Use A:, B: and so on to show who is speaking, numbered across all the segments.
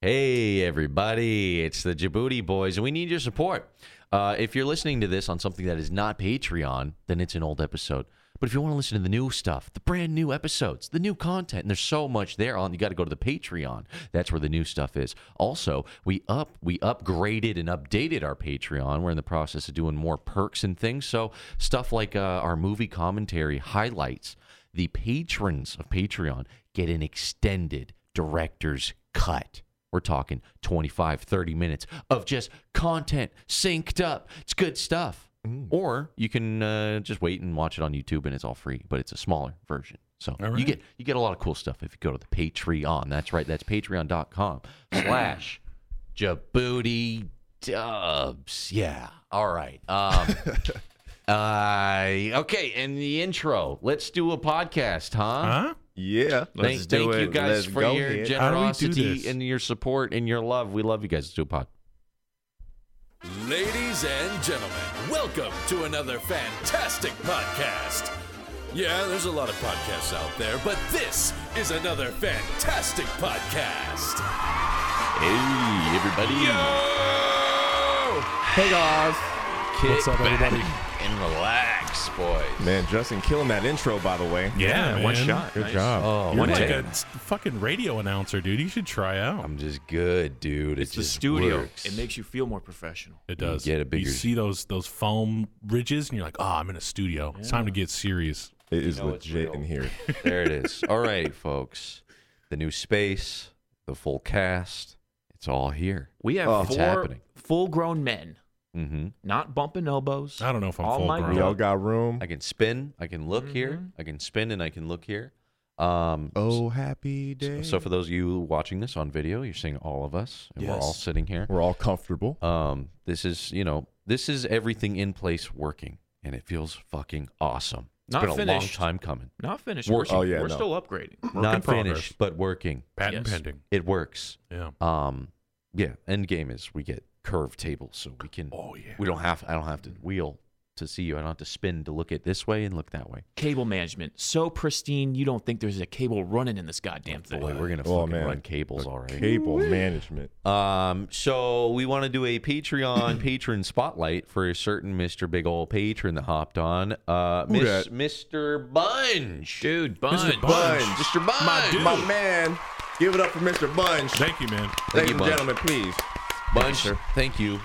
A: Hey, everybody. It's the Djibouti Boys, and we need your support. Uh, if you're listening to this on something that is not Patreon, then it's an old episode. But if you want to listen to the new stuff, the brand new episodes, the new content, and there's so much there on, you got to go to the Patreon. That's where the new stuff is. Also, we up we upgraded and updated our Patreon. We're in the process of doing more perks and things. So stuff like uh, our movie commentary highlights. The patrons of Patreon get an extended director's cut. We're talking 25, 30 minutes of just content synced up. It's good stuff.
B: Mm.
A: Or you can uh, just wait and watch it on YouTube and it's all free, but it's a smaller version. So
B: All
A: you
B: right.
A: get you get a lot of cool stuff if you go to the Patreon. That's right. That's patreon.com slash Djibouti Dubs. Yeah. All right. Um, uh, okay. And the intro. Let's do a podcast, huh?
B: Huh?
C: Yeah.
A: Thank, thank you guys
C: Let's
A: for
C: go
A: your
C: here.
B: How do we do
A: generosity
B: this?
A: and your support and your love. We love you guys. Let's do a pod.
D: Ladies and gentlemen, welcome to another fantastic podcast. Yeah, there's a lot of podcasts out there, but this is another fantastic podcast.
A: Hey, everybody.
B: Hey guys. What's up, everybody?
A: And relax, boys.
C: Man, Justin killing that intro, by the way.
B: Yeah,
C: one
B: man.
C: shot. Good
D: Nice.
C: job.
A: Oh,
B: You're
A: one
B: like
A: day.
B: a s- fucking radio announcer, dude. You should try out.
A: I'm just good, dude. It
D: It's the
A: just
D: studio.
A: works.
D: It makes you feel more professional.
B: It does.
A: get a bigger-
B: You see those those foam ridges, and you're like, oh, I'm in a studio. It's time to get serious.
C: It is
A: know it's
C: legit
A: real.
C: in here.
A: there it is. All right, folks. The new space, the full cast. It's all here.
E: We have
C: Oh.
A: It's
E: four
A: happening.
E: full-grown men,
A: Mm-hmm.
E: not bumping elbows.
B: I don't know if I'm
E: All
B: full
E: my
B: grown.
C: We all got room.
A: I can spin. I can look here. I can spin and I can look here. Um,
C: Oh, happy
A: so,
C: day.
A: so for those of you watching this on video, you're seeing all of us, and we're all
D: Yes.
A: sitting here.
C: We're all comfortable.
A: Um, this is you know this is everything in place working, and it feels fucking awesome. It's
E: Not
A: been a long
E: finished.
A: time coming.
E: Not finished.
A: We're-
E: We're,
C: oh, yeah,
E: we're
C: no.
E: still upgrading.
B: Work in
A: Not
B: progress.
A: finished, but working.
B: Patent
E: Yes.
B: pending.
A: It works.
B: Yeah.
A: Um, yeah. End game is we get curved tables, so we can.
B: Oh yeah.
A: We don't have. I don't have to wheel to see you. I don't have to spin to look at this way and look that way.
E: Cable management so pristine, you don't think there's a cable running in this goddamn thing.
A: Boy, we're gonna
C: Oh,
A: fucking
C: man.
A: run cables, all right.
C: Cable management.
A: Um, so we want to do a Patreon patron spotlight for a certain Mr. Big Ol' Patron that hopped on. Uh,
C: Who
A: Miss,
C: dat?
A: Mr. Bunge.
E: Dude,
B: Mr.
E: Bunch.
B: Bunch.
A: Mr. Bunge.
B: My dude.
C: My man, give it up for Mr. Bunch.
B: Thank you, man.
C: Ladies and
A: Bunch.
C: gentlemen, please.
A: Bunge, thank you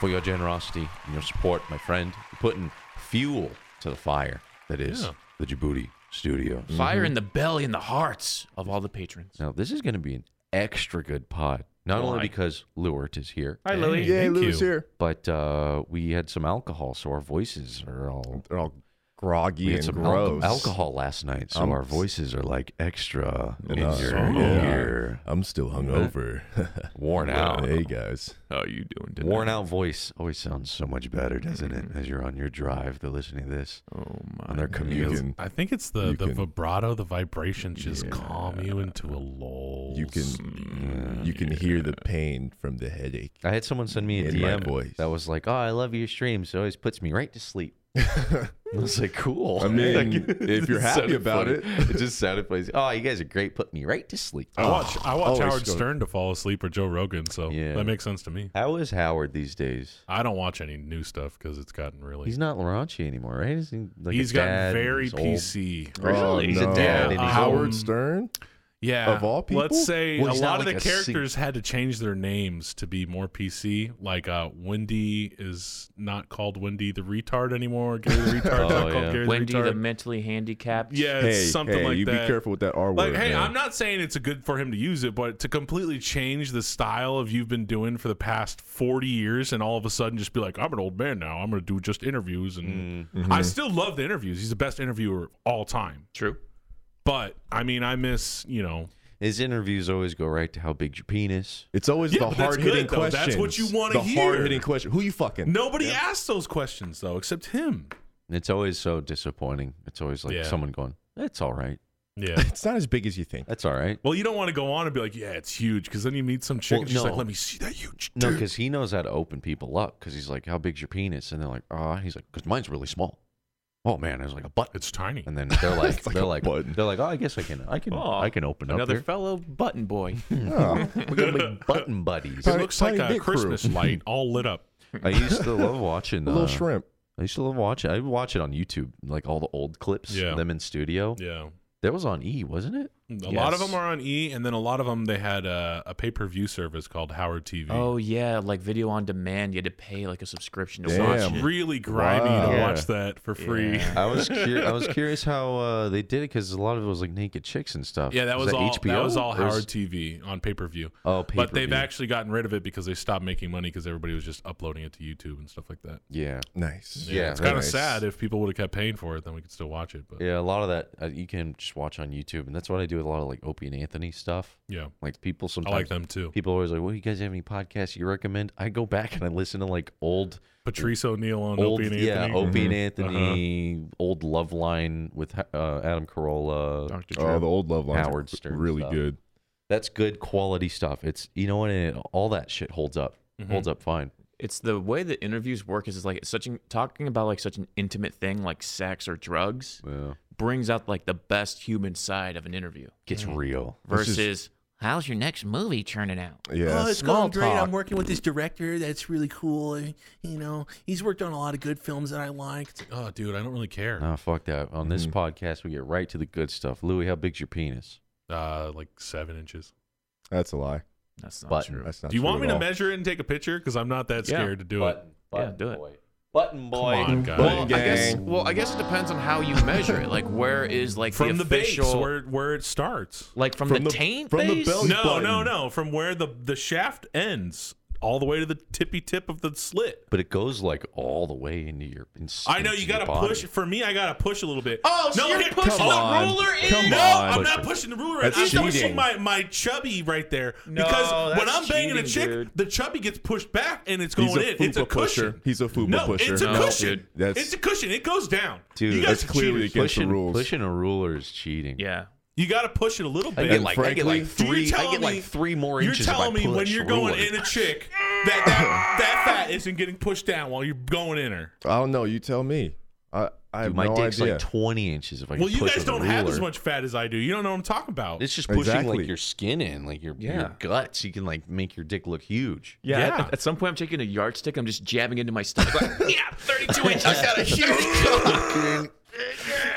A: for your generosity and your support, my friend. You're putting fuel to the fire that is
B: Yeah.
A: the Djibouti studio.
E: Fire in the belly and the hearts of all the patrons.
A: Now, this is going to be an extra good pod, not only
E: Why?
A: because Lewart is here,
E: Hi,
B: Louie.
C: Yay,
B: Thank
C: Louis
B: you.
C: here.
A: but uh, we had some alcohol, so our voices are all
C: They're all groggy
A: We had
C: and
A: some al-
C: gross.
A: alcohol last night, so
C: Um,
A: our voices are like extra in
C: And, uh,
A: your
C: yeah,
A: ear.
C: I'm still hungover.
A: Worn out.
C: hey, guys.
E: How are you doing today?
A: Worn out voice always sounds so much better, doesn't it? As you're on your drive, they're listening to this
E: Oh my.
A: on their
C: You
A: commute.
C: can,
B: I think it's the,
C: You
B: the
C: can-
B: vibrato, the vibrations just calm you into a lull.
C: you can, you can hear the pain from the headache.
A: I had someone send me a
C: In my
A: DM
C: voice.
A: that was like, "Oh, I love your streams. It always puts me right to sleep." I was like, "Cool."
C: I mean, if you're happy
A: sounded
C: about
A: funny.
C: it.
A: it just sounded funny. Oh, you guys are great. Put me right to sleep.
B: I watch I watch
C: always
B: Howard
C: go-
B: Stern to fall asleep or Joe Rogan, so
A: Yeah.
B: that makes sense to me.
A: How is Howard these days?
B: I don't watch any new stuff because it's gotten really.
A: He's not raunchy anymore, right? Is he like a
B: he's
A: dad
B: gotten
A: and
B: very
A: he's old?
B: PC.
C: Oh,
A: Really? He's a
C: no.
A: dad
B: and he's
C: Howard
B: old.
C: Stern?
B: Yeah.
C: Of all people?
B: Let's say
A: Well,
B: a
A: he's not
B: lot of
A: like
B: the
A: a sing-
B: characters had to change their names to be more PC. Like uh, Wendy is not called Wendy the retard anymore. Gary the retard's
A: Oh,
B: not called
A: yeah.
B: Gary
E: Wendy,
B: the retard.
E: the mentally handicapped.
B: yeah, it's
C: Hey,
B: something
C: hey,
B: like
C: you
B: that.
C: be careful with that R
B: Like,
C: word.
B: hey,
C: man.
B: I'm not saying it's a good for him to use it, but to completely change the style of you've been doing for the past 40 years, and all of a sudden just be like, I'm an old man now. I'm going to do just interviews, and
C: Mm-hmm.
B: I still love the interviews. He's the best interviewer of all time.
E: True.
B: But I mean, I miss you know.
A: His interviews always go right to how big's your penis.
C: It's always
B: Yeah,
C: the
B: but that's
C: hard hitting
B: good, though.
C: question.
B: That's what you wanna
C: The
B: hear.
C: hard hitting question. Who you fucking?
B: Nobody asked those questions though, except him.
A: And It's always so disappointing. It's always like
B: Yeah.
A: someone going, "That's all right.
B: Yeah.
C: It's not as big as you think.
A: That's all right."
B: well, you don't want to go on and be like, yeah, it's huge, because then you meet some chick
A: Well,
B: and she's like,
A: no.
B: let me see that huge.
A: No,
B: dick."
A: because he knows how to open people up. Because he's like, "How big's your penis?" And they're like, "Ah." he's like, "Cause mine's really small." oh man, there's like a button.
B: It's tiny.
A: And then they're like, they're
C: a
A: like,
C: button.
A: they're like, oh, I guess I can, I can, I can open up
E: Another
A: here.
E: fellow button boy.
A: We're gonna make button buddies.
B: It looks like
C: Tiny
B: a
C: Dick Crew.
B: Christmas light all lit up.
A: I used to love watching.
C: little
A: uh,
C: shrimp.
A: I used to love watching. I would watch it on YouTube, like all the old clips,
B: Yeah.
A: them in studio.
B: Yeah.
A: That was on E, wasn't it?
B: A lot of
E: Yes.
B: them are on E, and then a lot of them they had a, a pay per view service called Howard TV.
E: Oh yeah, like video on demand. You had to pay like a subscription to
C: Damn.
E: watch it.
B: really grimy to
C: Wow.
B: watch that for free. Yeah,
A: I was cur- I was curious how uh, they did it because a lot of it was like naked chicks and stuff.
B: that was, all.
A: HBO.
B: That was all
A: Or
B: Howard
A: is-
B: TV on pay per view.
A: Oh,
B: But they've
A: pay-per-view.
B: actually gotten rid of it because they stopped making money because everybody was just uploading it to YouTube and stuff like that.
A: Yeah,
C: Nice.
A: Yeah,
B: it's kind of
C: nice.
B: sad if people would have kept paying for it, then we could still watch it. But yeah,
A: yeah. A lot of that uh, you can just watch on YouTube, and that's what I do with a lot of like Opie and Anthony stuff. Like people
B: I
A: sometimes
B: like them too.
A: people are always like, "Well, you guys have any podcasts you recommend?" I go back and I listen to like old,
B: Patrice O'Neill on
A: old,
B: Opie and
A: yeah,
B: Anthony. Mm-hmm. Uh-huh.
A: Opie and Anthony, old Love Line with uh, Adam Carolla.
E: Dr.
C: Oh, the old love lines.
A: Howard
C: Howard
A: Stern
C: Really
A: stuff.
C: good.
A: That's good quality stuff. It's you know what, and it, all that shit holds up,
B: Mm-hmm.
A: holds up fine.
E: It's the way that interviews work is it's like it's such an, talking about like such an intimate thing like sex or drugs
A: Yeah.
E: brings out like the best human side of an interview
A: Gets
B: Mm-hmm.
A: real.
C: This is-
E: versus how's your next movie turning out?
C: Yeah.
F: Oh, it's
E: Small
F: going great.
E: talk.
F: I'm working with this director. That's really cool. I- You know, he's worked on a lot of good films that I liked.
B: Oh, dude, I don't really care.
A: Oh fuck that. On this podcast, we get right to the good stuff. Louis, how big's your penis?
B: Uh, like seven inches.
C: That's a lie.
E: That's not
A: Button.
E: true.
C: That's not
B: Do you
C: true
B: want
C: at
B: me to
C: all.
B: measure it and take a picture? Because I'm not that
E: Yeah.
B: scared to do it.
E: Yeah, do it.
A: boy. Button boy.
B: Come on, guys.
E: Well, I guess.
C: Gang.
E: Well, I guess it depends on how you measure it. Like, where is like
B: From the, base,
E: official, Oh,
B: where where it starts.
E: like from,
C: From
E: the,
C: the-
E: taint,
C: from the
E: base?
C: belly-
B: No,
C: button.
B: no, no. From where the the shaft ends, all the way to the tippy tip of the slit.
A: But it goes like all the way into your. ins-
B: I know
A: into
B: you
A: your
B: gotta
A: body.
B: push. For me, I gotta push a little bit.
E: Oh, so
B: no,
E: you're
B: here-
E: pushing
B: oh,
E: the
C: on.
E: ruler in?
C: Come
B: No,
C: on.
B: I'm not
A: Pushing.
B: pushing the ruler.
C: That's
B: I'm
C: cheating.
B: pushing my, my chubby right there
E: No,
B: because when
E: that's
B: I'm banging a
E: cheating,
B: chick,
E: dude.
B: the chubby gets pushed back and it's going
C: He's a
B: in. It's a
C: fupa pusher.
B: cushion.
C: He's a fupa
B: No,
C: pusher.
B: it's a
E: No,
B: cushion.
E: dude.
C: That's-
B: It's a cushion. It goes down.
A: Dude,
B: you guys
A: that's
B: are
C: clearly
B: cheaters.
C: against the
A: Pushing,
C: rules.
A: pushing a ruler is cheating.
E: Yeah.
B: You gotta push it a little bit.
A: I get like I get like
B: Do you
A: three. I
B: tell
A: get
B: me-
A: like three more
B: You're
A: inches. if I
B: telling me when
A: push
B: you're going
A: ruler.
B: in a chick that that, that fat isn't getting pushed down while you're going in her.
C: I don't know. You tell me. I, I have
A: Dude, my
C: no
A: dick's
C: idea.
A: like 20 inches. If I
B: Well,
A: could
B: you
A: push
B: guys
A: with a
B: don't have
A: ruler.
B: as much fat as I do. You don't know what I'm talking about.
A: It's just pushing
C: Exactly.
A: like your skin in, like your, your
E: Yeah.
A: guts. You can like make your dick look huge.
E: Yeah.
B: Yeah.
E: At, at some point, I'm taking a yardstick. I'm just jabbing into my stomach. Like, yeah, 32 inches. I got a huge.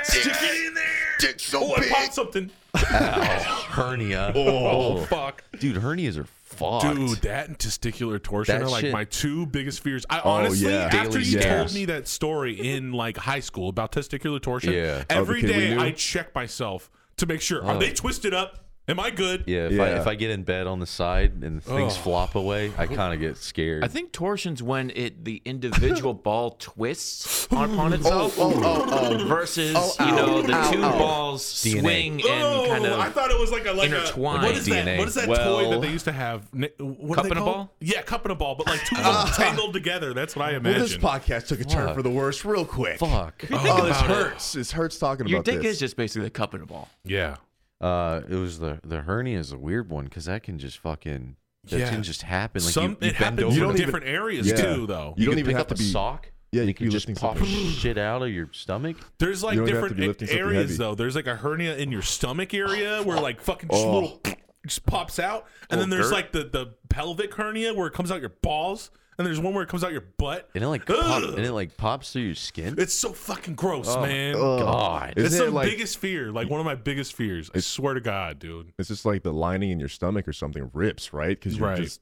B: Stick it in there. oh, I popped something.
A: Hernia.
B: Oh, fuck.
A: Dude, hernias are fucked.
B: Dude, that and testicular torsion
A: That
B: are like
A: shit-
B: my two biggest fears. I honestly,
C: Oh, yeah.
B: after
A: Daily
B: you
A: scares.
B: told me that story in like high school about testicular torsion,
A: Yeah. Of
C: Oh, the
B: every
C: kid we
B: day
C: knew?
B: I check myself to make sure are they twisted up? Am I good?
A: Yeah, if, I,
C: Yeah.
A: if I get in bed on the side and things
B: Oh.
A: flop away, I kind of get scared.
E: I think torsion's when it the individual ball twists on, on itself
C: Oh,
E: versus you know the two balls
A: DNA.
E: swing
B: Oh,
E: and kind of
B: I thought it was like a like a-
E: intertwined
B: what is that?
A: DNA.
B: What is that toy
E: Well-
B: that they used to have? Ni- What are
E: Cup
B: they
E: and a
B: called?
E: ball?
B: Yeah, cup and a ball, but like two of them tangled together. That's what I
C: well, this
B: imagine.
C: podcast took a turn for the worse real quick.
A: Fuck.
C: Oh, this hurts. This hurts talking
E: your
C: about
E: dick
C: this.
E: is just basically a cup and a ball.
B: yeah,
A: Uh, it was the the hernia is a weird one because that can just fucking that
B: Yeah.
A: can just happen. Like
B: some
A: you, you
B: it
A: bend
B: happens
A: over,
B: in
C: You don't even-
B: different areas
C: Yeah.
B: too, though.
C: You
A: you
C: don't
A: can
C: even
A: pick
C: have
A: up
C: to
A: a
C: be-
A: sock.
C: Yeah,
A: and
C: you
A: you
C: could
A: can
C: be
A: just
C: lifting
A: pop
C: something.
A: shit out of your stomach.
B: There's like
C: You don't have to
B: different
C: be
B: a-
C: lifting something
B: areas
C: heavy.
B: though. There's like a hernia in your stomach area where like fucking just
C: Oh.
B: little just pops out, and then
A: Little dirt.
B: there's like the the pelvic hernia where it comes out your balls, and there's one where it comes out your butt.
A: And it like pop,
B: Ugh!
A: and it like pops through your skin.
B: it's so fucking gross,
C: Oh
B: man.
A: God.
C: Isn't
B: It's
C: it
B: the
C: like
B: biggest fear, like one of my biggest fears. I swear to God, dude.
C: it's just like the lining in your stomach or something rips, right? Because you're
B: Right.
C: just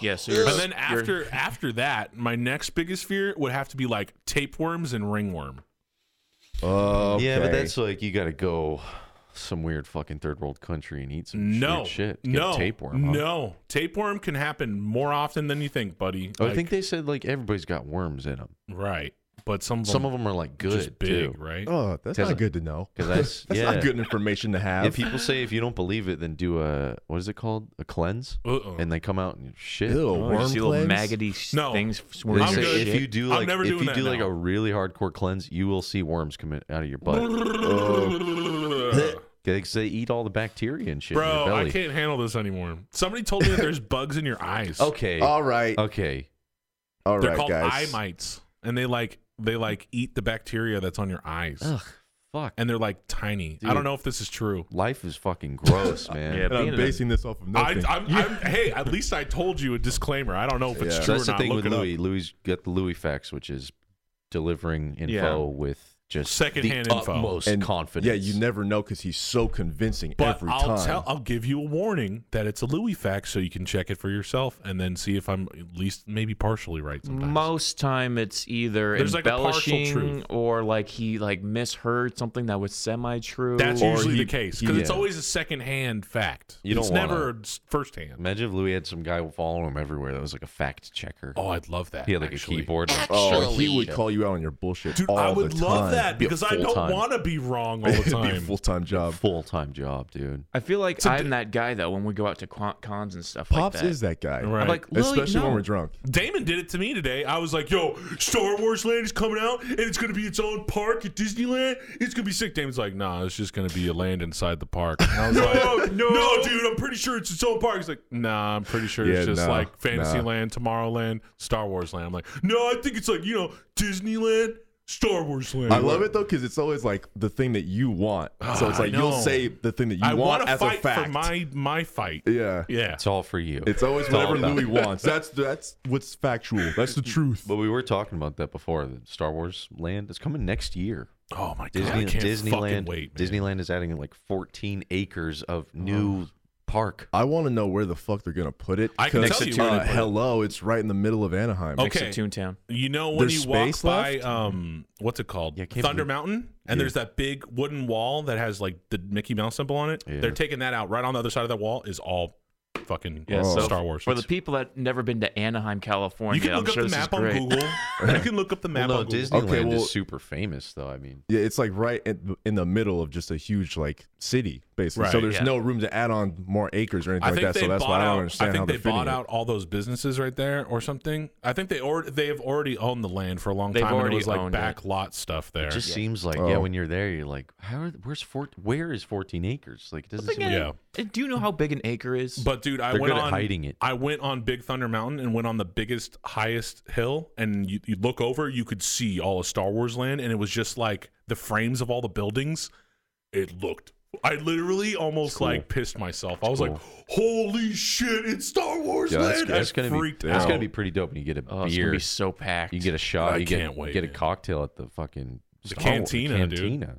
E: Yeah, so you're,
B: And then
E: you're-
B: after after that, my next biggest fear would have to be like tapeworms and ringworm.
C: oh
A: Yeah, but that's like you gotta go some weird fucking third world country and eat some
B: No
A: weird shit. Get a
B: no
A: tapeworm. huh?
B: No tapeworm can happen more often than you think, buddy.
A: Oh, I
B: Like,
A: think they said like everybody's got worms in them.
B: right, but some of them
A: Some of them are like good
B: just big,
A: too.
B: right?
C: oh, that's
A: Tesla.
C: not good to know.
A: 'Cause that's-
C: that's
A: yeah.
C: not good information to have.
A: And people say if you don't believe it, then do a what is it called? A cleanse,
B: Uh-uh.
A: and they come out and shit.
C: Ew,
E: oh, you
C: worm
E: see little
C: cleanse?
E: maggoty s-
B: No.
E: things
A: They
E: swirling.
B: I'm
A: say
B: good.
A: if you do
B: I'm
A: like
B: never
A: if
B: doing
A: you
B: that
A: do like
B: now.
A: a really hardcore cleanse, you will see worms come in- out of your butt. Because they eat all the bacteria and shit in your
B: Bro,
A: belly.
B: I can't handle this anymore. Somebody told me that there's bugs in your eyes.
A: Okay,
C: All right,
A: okay.
C: all
B: Oh, They're
C: right,
B: called
C: guys.
B: eye mites, and they like they like eat the bacteria that's on your eyes,
A: Ugh, fuck.
B: and they're like tiny. I
A: Dude.
B: don't know if this is true.
A: Life is fucking gross, man.
E: Yeah,
C: And
E: being
C: I'm
E: in a-
C: basing this off of
B: I,
C: nothing.
B: I'm, I'm, hey, at least I told you a disclaimer. I don't know if it's
C: Yeah.
B: true
A: that's
B: or
A: the
B: not.
A: thing
B: Look
A: with
B: it up.
A: Louis. Louis got the Louis facts, which is delivering info
E: Yeah.
A: with just
B: Secondhand
A: the
B: info.
A: utmost
C: and
A: confidence.
C: Yeah, you never know because he's so convincing
B: But
C: every
B: I'll
C: time.
B: tell. I'll give you a warning that it's a Louis fact, so you can check it for yourself and then see if I'm at least maybe partially right. Sometimes.
E: Most time it's either
B: There's, like, a partial
E: embellishing
B: truth.
E: or like he like misheard something that was semi true.
B: That's usually
C: he-
B: the case
C: he-
B: because it's
A: yeah.
B: always a secondhand fact.
A: You don't
B: it's
A: wanna-
B: never s- firsthand.
A: Imagine if Louis had some guy following him everywhere that was like a fact checker.
B: Oh, I'd love that.
A: he had like
B: actually.
A: a keyboard.
C: Oh, he would call you out on your bullshit
B: Dude,
C: all
B: I would
C: the time.
B: love that
A: Be a
B: because I don't
A: full-time.
B: want to be wrong all the
C: It'd be a
B: time.
C: full-time job.
A: full time job, dude.
E: I feel like
B: a
E: I'm
B: di-
E: that guy though when we go out to qu- cons and stuff
C: Pops
E: like that.
C: is that guy,
B: Right.
E: I'm like, Lily,
C: especially
E: no.
C: when we're drunk.
B: Damon did it to me today. I was like, "Yo, Star Wars Land is coming out, and it's gonna be its own park at Disneyland. It's gonna be sick." Damon's like, "Nah, it's just gonna be a land inside the park." And I was like, no, dude, I'm pretty sure it's its own park." He's like, "Nah, I'm pretty sure it's
C: Yeah,
B: just
C: no,
B: like Fantasyland, Tomorrowland, Star Wars Land." I'm like, "No, I think it's like you know Disneyland, Star Wars Land."
C: I love it though because it's always like the thing that you want. So it's
B: Ah, I
C: like you'll
B: know.
C: say the thing that you
B: I
C: want
B: to
C: as
B: fight
C: a fact.
B: for my my fight.
C: yeah.
B: Yeah,
A: It's all for you.
C: It's always
A: all
C: whatever
A: about-
C: Louis wants. That's that's what's factual. That's the truth.
A: But we were talking about that before. the Star Wars Land is coming next year.
B: Oh my god,
A: Disney,
B: I can't
A: Disneyland.
B: fucking wait, man.
A: Disneyland is adding like 14 acres of new park.
C: I want to know where the fuck they're gonna put it.
B: I can
C: 'cause,
B: tell you
C: uh,
B: where to put it. Oh.
C: hello, it's right in the middle of Anaheim.
B: Okay.
E: Next to Toontown.
B: You know when
C: There's
B: you walk
C: space
B: by
C: left?
B: um what's it called?
A: Yeah, I can't
B: Thunder
A: believe-
B: Mountain and there's that big wooden wall that has like the Mickey Mouse symbol on it.
A: Yeah.
B: They're taking that out. Right on the other side of that wall is all fucking
E: Yeah,
C: Oh.
E: so
B: Star Wars.
E: For the people that never been to Anaheim, California,
B: you can
E: I'm
B: look up
E: sure
B: the
E: this is
B: map on
E: great.
B: Google. you can look up the map
A: Well,
B: on
A: no,
B: Google.
A: Disneyland
C: Okay, well-
A: is super famous though. I mean,
C: Yeah, it's like right in, in the middle of just a huge like city, basically. so
B: Right,
C: there's
E: yeah.
C: no room to add on more acres or anything
B: I
C: like
B: think
C: that.
B: they
C: So that's
B: bought
C: why I don't
B: out.
C: understand
B: I think
C: how
B: they
C: they're fitting
B: bought
C: it.
B: out all those businesses right there or something. I think they or they have already owned the land for a long
E: They've
B: time. and
E: already
B: it was like
E: owned it.
B: back lot stuff there.
A: it just seems like yeah.
C: Oh.
A: When you're there, you're like, how? Are, where's four, Where is 14 acres? Like, it doesn't seem.
B: yeah.
E: And Do you know how big an acre is?
B: But dude, I
A: They're
B: went
A: good at
B: on
A: hiding it.
B: I went on Big Thunder Mountain and went on the biggest, highest hill, and you, you look over, you could see all of Star Wars Land, and it was just like the frames of all the buildings. It looked. I literally almost
A: cool.
B: like pissed myself. I was like, "Holy shit! It's Star Wars
A: Yeah, that's,
B: Land!"
A: that's
B: I
A: gonna be
B: freaked
A: that's gonna
B: out.
A: be pretty dope. when you get a
E: oh, it's gonna
A: beer,
E: be so packed.
A: you get a shot,
B: I
A: you get,
B: can't wait,
A: you get a
B: man.
A: cocktail at the fucking Star Wars-
B: cantina, dude.
A: cantina.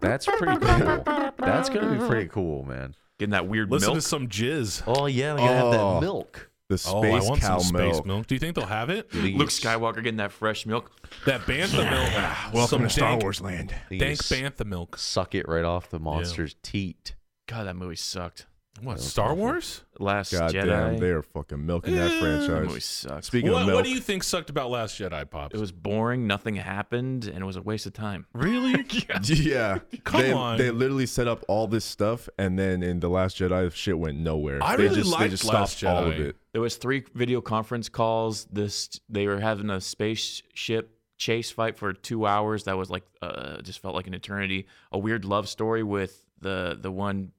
A: That's pretty cool. That's gonna be pretty cool, man.
E: getting that weird
B: Listen to
E: milk.
B: some jizz.
A: Oh yeah, we gotta have
C: Oh.
A: that milk.
C: the
B: Oh, I
C: space
B: want
C: cow
B: some
C: milk.
B: space milk. Do you think they'll have it?
A: You think
E: Luke
A: it's-
E: Skywalker getting that fresh milk.
B: That bantha milk.
C: Welcome
B: some
C: to Star
B: dank-
C: Wars land.
A: you
B: Dank
A: s-
B: bantha milk.
A: Suck it right off the monster's teat.
E: God, that movie sucked.
B: What? Star Wars?
E: Last
C: God
E: Jedi.
C: damn, they are fucking milking that
E: that movie
C: franchise.
E: sucks.
C: Speaking of
B: What,
C: milk,
B: what do you think sucked about Last Jedi, Pops?
E: It was boring. Nothing happened, and it was a waste of time.
B: really.
C: yeah,
B: Come
C: they,
B: on.
C: they literally set up all this stuff, and then in the Last Jedi, shit went nowhere.
B: I
C: they
B: really
C: just, they
B: liked
C: just
B: Last
C: stopped all of
B: Jedi.
C: it.
E: There was three video conference calls. This they were having a spaceship chase fight for two hours. That was like uh, just felt like an eternity. A weird love story with the the one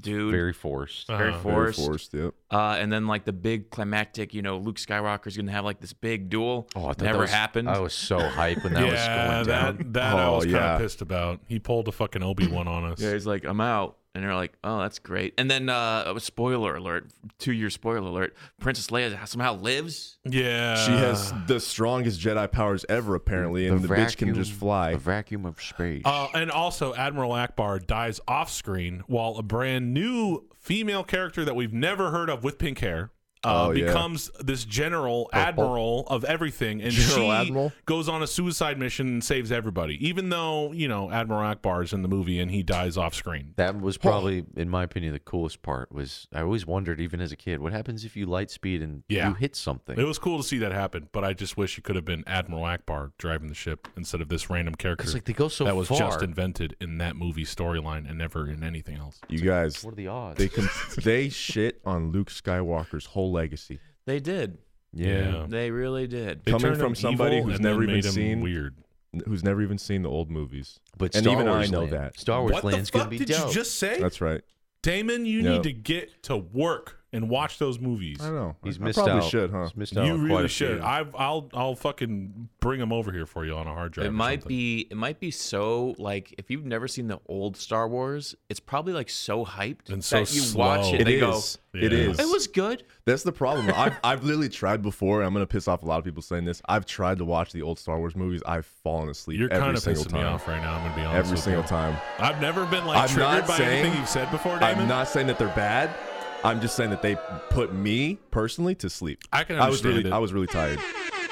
E: dude,
A: Very forced.
E: very
B: Uh-huh.
C: Very
E: forced.
C: forced, yep.
E: Uh, and then like the big climactic, you know, Luke Skywalker's gonna have like this big duel.
A: Oh, I thought that
E: never
A: was-
E: happened.
A: I was so hyped when that was going down.
B: That, that I
C: Oh,
B: was kind
C: yeah.
B: of pissed about. He pulled a fucking Obi Wan on us.
E: Yeah, he's like, I'm out. And they're like, oh, that's great. And then, uh, spoiler alert, two year spoiler alert, Princess Leia somehow lives.
B: Yeah.
C: She has the strongest Jedi powers ever, apparently, and the, bitch can just fly.
A: A vacuum of space.
B: Uh, and also, Admiral Akbar dies off screen while a brand new female character that we've never heard of with pink hair uh,
C: Oh, yeah.
B: becomes this general admiral of everything. And
C: General
B: she
C: Admiral?
B: goes on a suicide mission and saves everybody, even though, you know, Admiral Akbar is in the movie and he dies off screen.
A: that was probably, in my opinion, the coolest part. Was I always wondered, even as a kid, what happens if you light speed and
B: Yeah.
A: you hit something?
B: It was cool to see that happen, but I just wish it could have been Admiral Akbar driving the ship instead of this random character.
A: It's like they go so
B: that was
A: far.
B: just invented in that movie storyline and never in anything else.
C: You guys,
A: what are the odds?
C: they com- they shit on Luke Skywalker's whole legacy.
E: They did.
B: Yeah.
E: They really did.
B: They
C: Coming
B: turned
C: from
B: him
C: somebody
B: evil
C: who's
B: and then
C: never even
B: made him
C: seen-
B: weird.
C: Who's never even seen the old movies?
A: But
C: and
A: Star
C: even
A: Wars
C: I know
A: Land-
C: that.
A: Star Wars
B: what the
A: Land's
B: fuck
A: gonna be
B: did
A: dope.
B: you just say,
C: That's right.
B: Damon? You
C: No.
B: need to get to work. and watch those movies.
C: I don't know.
A: He's
C: I
A: missed
C: probably
A: out.
C: should, huh?
A: He's missed out
B: You
A: on quite
B: really
A: a few.
B: should. I've, I'll I'll fucking bring them over here for you on a hard drive.
E: It
B: or
E: might
B: something.
E: be it might be so like if you've never seen the old Star Wars, it's probably like so hyped
B: And so
E: that you watch
B: slow.
E: it and
C: It
E: they
C: is. It
B: Yeah.
C: is.
E: go, It was good.
C: That's the problem. I've, I've literally tried before. and I'm gonna piss off a lot of people saying this. I've tried to watch the old Star Wars movies. I've fallen asleep
B: You're
C: every
B: kind of
C: single
B: pissing me
C: time.
B: off right now. I'm gonna be honest.
C: Every
B: with
C: single
B: you.
C: time.
B: I've never been like
C: I'm
B: triggered
C: not
B: by
C: saying-
B: anything you've said before, Damon.
C: I'm not saying that they're bad. I'm just saying that they put me personally to sleep.
B: I can
C: I was
B: understand
C: really,
B: it.
C: I was really tired.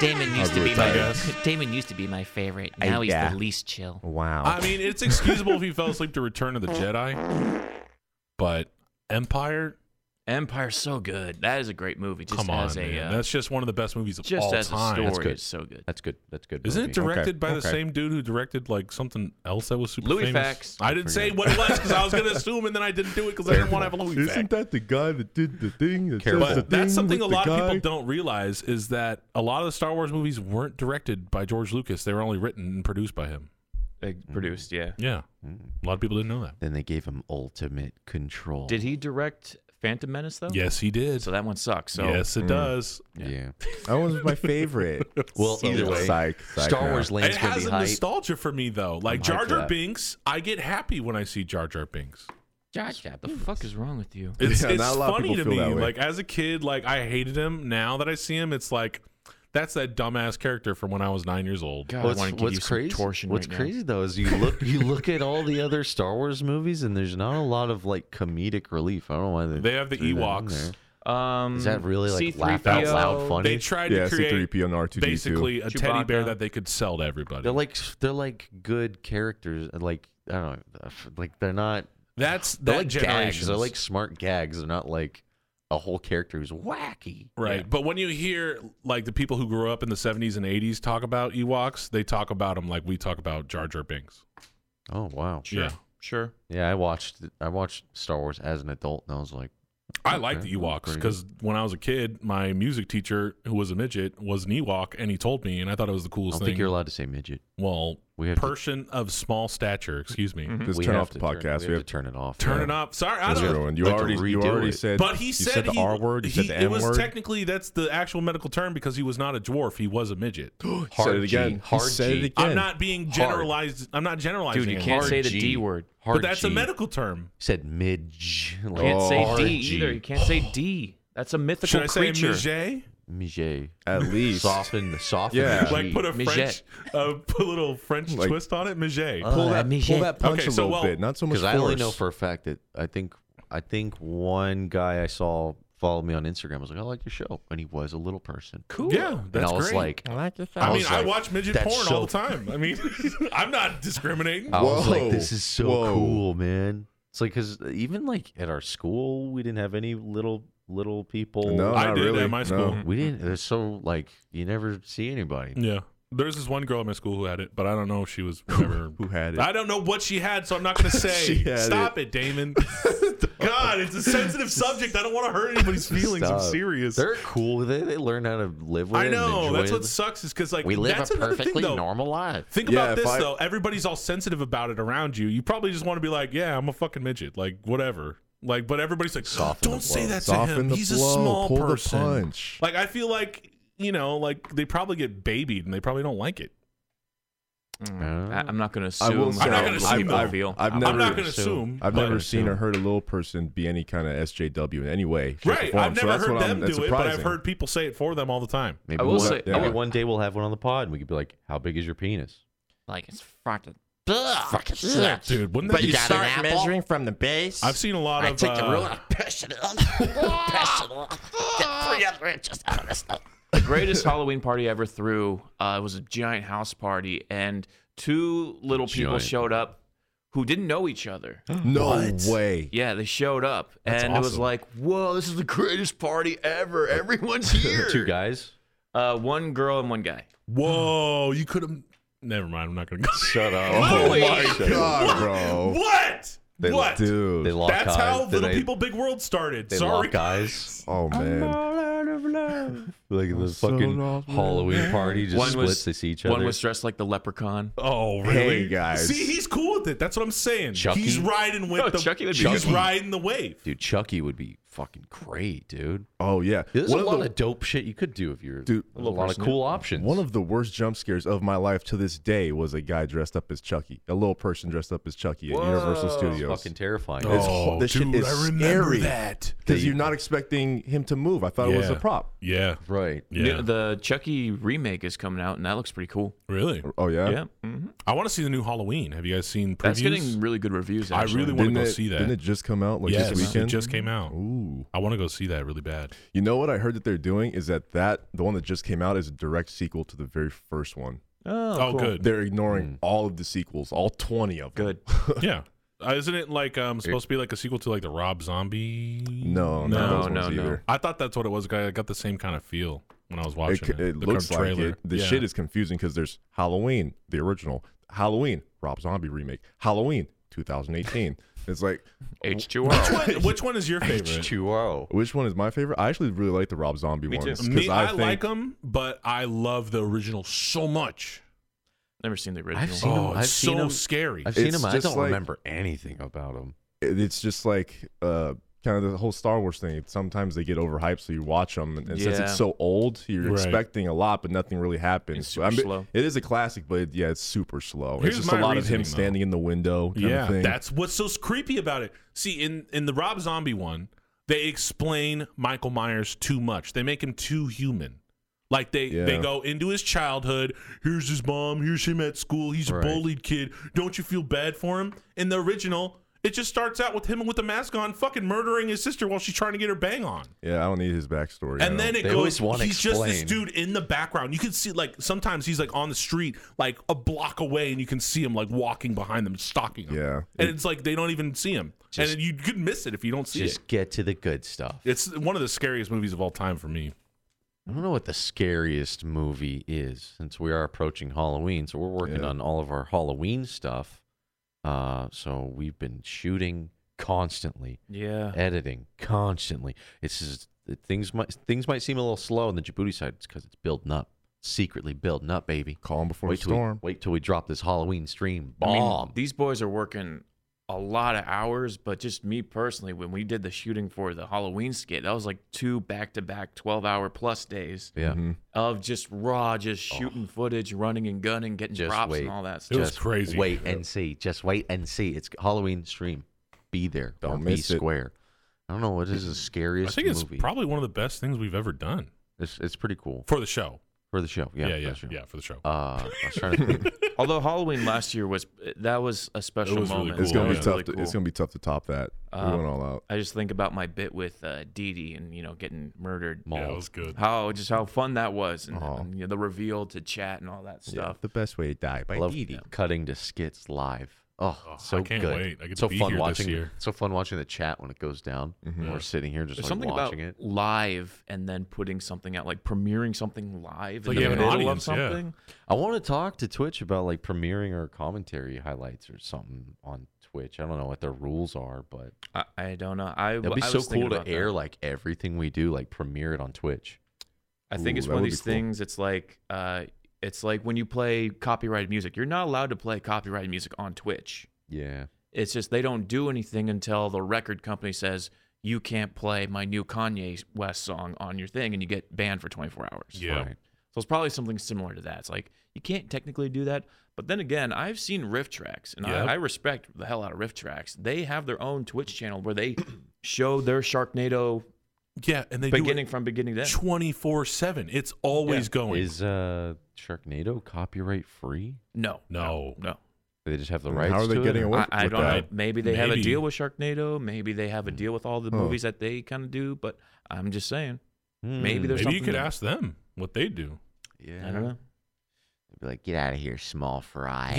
G: Damon used to
C: really
G: be my
C: tired.
B: Yes.
G: Damon used to be my favorite. Now he's
C: yeah.
G: the least chill.
C: Wow.
B: I mean, it's excusable if you fell asleep to Return of the Jedi, but Empire.
E: Empire's so good. That is a great movie. Just
B: Come on,
E: as a
B: man.
E: uh,
B: that's just one of the best movies of
E: just
B: all
E: as
B: time.
E: a
A: That's
E: story
A: good.
E: is so good.
A: That's good. That's good.
B: Isn't it
A: movie.
B: directed by the
C: okay.
B: same dude who directed like something else that was super
E: Louis
B: famous?
E: Fax.
B: I didn't say what it was because I was gonna assume, and then I didn't do it because I didn't want to have a Louis Fax.
C: Isn't that the guy that did the thing? That
A: Careful.
C: says the
B: But that's
C: thing
B: something
C: with
B: a
C: the
B: lot of
C: guy?
B: people don't realize is that a lot of the Star Wars movies weren't directed by George Lucas; they were only written and produced by him.
E: They produced, yeah.
B: Yeah, a lot of people didn't know that.
A: Then they gave him ultimate control.
E: Did he direct Phantom Menace though?
B: Yes, he did.
E: So that one sucks. So
B: yes,
C: Hmm.
B: it does.
A: yeah.
C: That was my favorite.
A: Well,
C: So
A: either way,
C: psych, psych
A: Star
C: now.
A: Wars
B: It
A: Land's gonna
B: has
A: be
B: a
A: hype.
B: nostalgia for me though. Like
A: hyped
B: Jar
A: for
B: Jar
A: that.
B: Binks, I get happy when I see Jar Jar Binks.
E: Jar Jar, the fuck is wrong with you?
B: It's,
C: Yeah,
B: it's
C: not a lot of
B: funny
C: people
B: to
C: feel
B: me.
C: that way.
B: Like as a kid, like I hated him. Now that I see him, it's like that's that dumbass character from when I was nine years old.
E: God,
A: What's,
E: I want to give
A: what's
E: you some
A: crazy?
E: torsion
A: what's
E: right now.
A: crazy though is you look you look at all the other Star Wars movies and there's not a lot of like comedic relief. I don't know why they
B: They have the
A: threw that in
B: Ewoks.
A: there.
E: Um,
A: Is that really like
E: C-3PO,
A: laugh out loud funny?
B: They tried
C: Yeah,
B: to create
C: C3PO and R2D2.
B: basically a teddy bear
E: Chewbacca.
B: that they could sell to everybody.
A: They're like they're like good characters. Like I don't know, like they're not
B: that's
A: they're
B: that
A: like gags.
B: generation.
A: They're like smart gags. They're not like a whole character who's wacky.
B: Right. But when you hear like the people who grew up in the 70s and 80s talk about Ewoks, they talk about them like we talk about Jar Jar Binks.
A: Oh wow.
E: Sure,
B: Yeah.
E: sure.
A: Yeah, I watched I watched Star Wars as an adult and I was like,
B: I like
A: Okay,
B: the Ewoks
A: pretty
B: because when I was a kid, my music teacher, who was a midget, was an Ewok, and he told me, and I thought it was the
A: I
B: coolest
A: don't
B: thing.
A: think you're allowed to say midget.
B: well,
A: We have to-
B: person of small stature, excuse me.
C: Just
A: we
C: turn
A: have
C: off
A: to
C: the
A: turn-
C: podcast.
A: we
C: We
A: have to
C: have
A: turn it off.
B: Turn
A: yeah.
B: it off. Sorry, I
C: That's
B: don't.
C: ruined. You
A: Like to
C: already, you
A: redo
C: already
A: it.
C: said.
B: But he
C: you
B: said,
C: said the
B: he-
C: R word. You
B: he-
C: said the
B: it
C: M
B: was
C: word.
B: technically that's the actual medical term because he was not a dwarf. He was a midget.
A: Hard
C: said it again.
A: G,
C: He
A: hard
C: said
A: G.
C: it again.
B: I'm not being generalized. I'm not generalizing.
E: Dude, you
B: it.
E: can't
A: Hard
E: say the
A: G.
E: D word.
A: Hard
B: But that's a
A: G.
B: medical term.
A: said midge. Like,
E: Can't say
A: hard
E: D
A: Oh, G.
E: either. You can't say D. That's a mythical
B: Should I say
E: creature.
B: midget?
A: Midge.
C: At least
A: Soften, soften.
C: Yeah.
A: the G.
B: Like put a
E: Midget.
B: French, uh, put a little French
C: Like-
B: twist on it. Midget.
G: Oh,
C: pull that,
G: me
C: pull
G: shit.
C: that punch
B: Okay,
C: a
B: so,
C: little
B: well,
C: bit. Not so much
A: Because I only know
C: force.
A: for a fact that I think I think one guy I saw followed me on Instagram was like, "I like your show," and he was a little person.
E: Cool.
B: Yeah,
A: and
B: that's
A: I was
B: great.
A: like,
B: I, mean,
A: was
B: I
A: like,
B: watch midget
A: that's
B: porn all the
A: so-
B: time. I mean, I'm not discriminating.
A: I was like,
C: Whoa.
A: "This is so
C: Whoa.
A: cool, man." It's like because even like at our school, we didn't have any little little people.
C: No,
B: I
C: not
B: did
C: really.
B: at my
C: No.
B: school.
A: we didn't. It's so like you never see anybody.
B: Yeah. There's this one girl at my school who had it, but I don't know if she was ever.
C: Who had it?
B: I don't know what she had, so I'm not going to say.
C: She had
B: Stop it, Damon. God, it's a sensitive subject. I don't want to hurt anybody's feelings. I'm
A: Stop.
B: serious.
A: They're cool. They they learn how to live with
B: I
A: it. and
B: know.
A: enjoy
B: That's
A: it.
B: what sucks is because like
A: we live
B: that's
A: a
B: another
A: perfectly
B: thing, though.
A: normal life.
B: Think
C: Yeah,
B: about
C: if
B: this
C: I-
B: though. Everybody's all sensitive about it around you. You probably just want to be like, "Yeah, I'm a fucking midget," like whatever. Like, but everybody's like,
A: Soften the
B: "Don't say
A: blow.
B: that to
C: Soften
B: him.
C: the
B: He's
C: blow.
B: a small
C: Pull
B: person."
C: the punch.
B: Like, I feel like you know, like they probably get babied and they probably don't like it.
E: Mm, I,
A: Oh.
E: am not going to assume.
C: I will say,
B: I'm not gonna
C: I've-
B: assume
C: I've,
B: how I
C: I've,
E: feel.
C: I've
E: I'm
C: never,
B: I'm not going to
A: assume.
B: assume.
C: I've
B: but-
C: never seen or heard a little person be any kind of SJW in any way. shape, or
B: Right,
C: form.
B: I've
C: So
B: never
C: that's
B: heard
C: what I'm-
B: them do
C: that's
B: it, but I've
C: surprising.
B: heard people say it for them all the time.
A: Maybe,
E: I will
A: one,
E: say-
A: maybe
B: uh,
C: yeah.
A: one day we'll have one on the pod, and we could be like, "How big is your penis?"
G: Like it's fucking. Ugh, fucking sucks.
B: Dude, wouldn't that? be-
G: got start an measuring
H: from the base.
B: I've seen a lot
G: I
B: of.
G: took the
B: uh,
G: ruler, pushed it up, pushed it up, get three other inches out of this. thing.
E: the greatest Halloween party I ever threw uh, was a giant house party, and two little people
A: Giant.
E: showed up who didn't know each other.
C: No way.
E: Yeah, they showed up, and it was
B: awesome.
E: like, "Whoa, this is the greatest party ever! Everyone's here!"
A: Two guys.
E: Uh, one girl and one guy.
B: Whoa, you could have. Never mind. I'm not going to go.
A: Shut up.
B: Oh my
C: God, bro.
B: What?
C: They-
B: what?
C: Dude.
A: They lock
B: That's
A: eyes.
B: how
A: Then
B: Little
A: they-
B: People Big World started.
A: They
B: Sorry.
A: lock eyes.
C: oh, man.
A: Like the
C: so
A: fucking
C: lost, man.
A: Halloween party just
E: one
A: splits.
E: was
A: they see each
E: one
A: other.
E: was dressed like the leprechaun.
B: Oh, really?
C: Hey, guys.
B: See, he's cool with it. That's what I'm saying.
A: Chucky?
B: He's riding with
E: No,
B: the
E: Chucky would be
B: He's
A: awesome.
B: riding the wave.
A: Dude, Chucky would be fucking great, dude.
C: Oh yeah,
A: There's
C: One
A: a
C: of
A: lot
C: the-
A: of dope shit you could do if you're
C: Dude,
A: there's a lot of cool options.
C: One of the worst jump scares of my life to this day was a guy dressed up as Chucky, a little person dressed up as Chucky at Universal Studios.
A: fucking terrifying.
C: It's
B: Oh.
C: ho- this shit
B: dude,
C: is
B: I remember
C: scary.
B: that.
C: Because you're not expecting him to move. I thought it was a
B: Yeah.
C: prop.
B: Yeah.
A: right.
B: Yeah.
E: The Chucky remake is coming out, and that looks pretty cool.
B: really?
C: Oh
A: Uh,
C: yeah.
E: Yeah, hmm
B: I want to see the new Halloween. Have you guys seen previews?
E: that's getting really good reviews.
B: I
E: Actually.
B: really want to
C: Didn't
B: go
C: it,
B: see that.
C: Didn't it just come out like
B: yes,
C: this weekend?
B: it just came out.
C: Ooh.
B: I want to go see that really bad.
C: You know what I heard that they're doing is that that the one that just came out is a direct sequel to the very first one.
E: Oh,
B: Oh,
E: cool.
B: good.
C: They're ignoring all of the sequels, all 20 of them.
E: Good.
B: yeah. Uh, isn't it like um supposed to be like a sequel to like the Rob Zombie?
C: No, no,
B: No,
C: those ones
E: no, no.
C: either.
B: I thought that's what it was. guy. I got the same kind of feel when I was
C: It,
B: watching
C: c-
B: it.
C: it
B: The
C: looks
B: current
C: like
B: trailer.
C: it. The
B: Yeah.
C: shit is confusing because there's Halloween, the original, Halloween, Rob Zombie remake, Halloween, 2018. it's like,
E: H2O.
B: Which one- which one is your favorite?
A: H2O.
C: which one is my favorite? I actually really like the Rob Zombie
A: Me too.
C: ones. 'cause
B: Me, I,
C: think-
B: like them, but I love the original so much.
E: Never seen the original.
A: seen-
B: Oh,
A: I've
B: it's so
A: seen 'em.
B: scary.
A: I've seen
C: It's
A: him. I
C: just
A: don't
C: like-
A: remember anything about him.
C: it- it's just like uh, kind of the whole Star Wars thing. Sometimes they get overhyped, so you watch them, and, and since
E: Yeah.
C: it's so old, you're
B: Right.
C: expecting a lot, but nothing really happens.
E: It's
C: So,
E: super
C: I mean,
E: slow.
C: It is a classic, but it- yeah, it's super slow.
B: Here's
C: it's just a
B: my
C: lot of him
B: reasoning, though.
C: standing in the window. Kind
B: yeah,
C: of thing.
B: that's what's so creepy about it. See, in in the Rob Zombie one, they explain Michael Myers too much. They make him too human. Like they they
C: Yeah.
B: go into his childhood. Here's his mom. Here's him at school. He's
A: Right.
B: a bullied kid. Don't you feel bad for him? In the original, it just starts out with him with the mask on, fucking murdering his sister while she's trying to get her bang on.
C: yeah. I don't need his backstory.
B: And then it
A: They
B: goes.
A: always wanna
B: He's just this
A: explain.
B: dude in the background. You can see like sometimes he's like on the street, like a block away, and you can see him like walking behind them, stalking them.
C: Yeah.
B: and it's like they don't even see him,
A: Just-
B: and you could miss it if you don't see
A: Just
B: it.
A: get to the good stuff.
B: It's one of the scariest movies of all time for me.
A: I don't know what the scariest movie is since we are approaching Halloween, so we're working
C: Yeah.
A: on all of our Halloween stuff. Uh, so we've been shooting constantly,
E: yeah.
A: editing constantly. It's just it- things might things might seem a little slow on the Djibouti side because it's building up, secretly building up, baby.
C: Calm before
A: Wait
C: the
A: till we,
C: storm.
A: wait till we drop this Halloween stream
E: I mean,
A: bomb.
E: these boys are working a lot of hours, but just me personally, when we did the shooting for the Halloween skit, that was like two back to back 12 hour plus days
A: yeah,
C: Mm-hmm.
E: of just raw, just
C: Oh.
E: shooting footage, running and gunning, getting
A: Just
E: props
A: wait.
E: and all that
B: It
E: stuff.
B: was crazy.
A: Wait and see. Just wait and see. It's Halloween stream. Be there.
C: Don't
A: or
C: miss
A: be
C: it.
A: square. I don't know what is the
B: I
A: scariest
B: think it's
A: movie.
B: probably one of the best things we've ever done
A: It's it's pretty cool
B: for the show.
A: for the show. Yeah,
B: Yeah, yeah, yeah,
A: for the show.
B: for the show.
A: Uh, I was trying to think.
E: Although Halloween last year was, that was a special
B: was really
E: moment.
B: cool.
C: It's gonna
E: That
C: be
E: was
C: tough.
E: really
C: to,
E: cool.
C: It's gonna be tough to top that.
E: Um,
C: we went all out.
E: I just think about my bit with uh, Dee Dee and, you know, getting murdered.
B: yeah, it
A: Mauled.
B: was good.
E: How just how fun that was, and,
C: Aw.
E: and, you know, the reveal to chat and all that stuff.
C: the best way to die by
A: Love cutting to skits live. Oh,
B: Oh,
A: so
B: I can't
A: good.
B: wait. I get to
A: so
B: be
A: fun
B: here this
A: watching.
B: year.
A: So fun watching the chat when it goes down. We're sitting here just
E: There's
A: like
E: something about
A: watching it.
E: live and then putting something out, like premiering something live.
B: Like
E: in
B: you
E: the
B: have an
E: middle
B: audience, yeah.
E: of something.
A: I want to talk to Twitch about like premiering our commentary highlights or something on Twitch. I don't know what their rules are, but
E: I, I don't know. I
A: it'd be
E: I
A: so
E: was thinking
A: cool to
E: about that.
A: air like everything we do, like premiere it on Twitch.
E: I think
C: Ooh,
E: it's
C: that
E: one of
C: would be
E: these
C: cool.
E: things. It's like uh, it's like when you play copyrighted music, you're not allowed to play copyrighted music on Twitch.
A: Yeah.
E: It's just they don't do anything until the record company says you can't play my new Kanye West song on your thing, and you get banned for 24 hours.
B: yeah,
A: Right.
E: So it's probably something similar to that. It's like you can't technically do that. But then again, I've seen Rift Tracks, and
B: Yeah.
E: I, I respect the hell out of Rift Tracks. They have their own Twitch channel where they show their Sharknado
B: yeah, and they
E: beginning from beginning to
B: do it
E: end.
B: twenty four seven. It's always
E: Yeah.
B: going.
A: Is uh Sharknado copyright free?
E: No,
B: No.
E: no.
A: They just have the
C: And
A: rights.
C: how are they
A: to it,
C: getting
A: or-
C: away-
E: I,
C: What-
E: I
C: what
E: don't know.
B: the-
E: Maybe they have a
B: Maybe.
E: deal with Sharknado. Maybe they have a deal with all the
C: Huh.
E: movies that they kind of do. But I'm just saying,
A: Hmm.
E: Maybe there's-
B: Maybe you
E: something
B: could
E: there.
B: ask them what they do.
A: Yeah.
E: I don't know.
A: They'd be like, get out of here, small fry.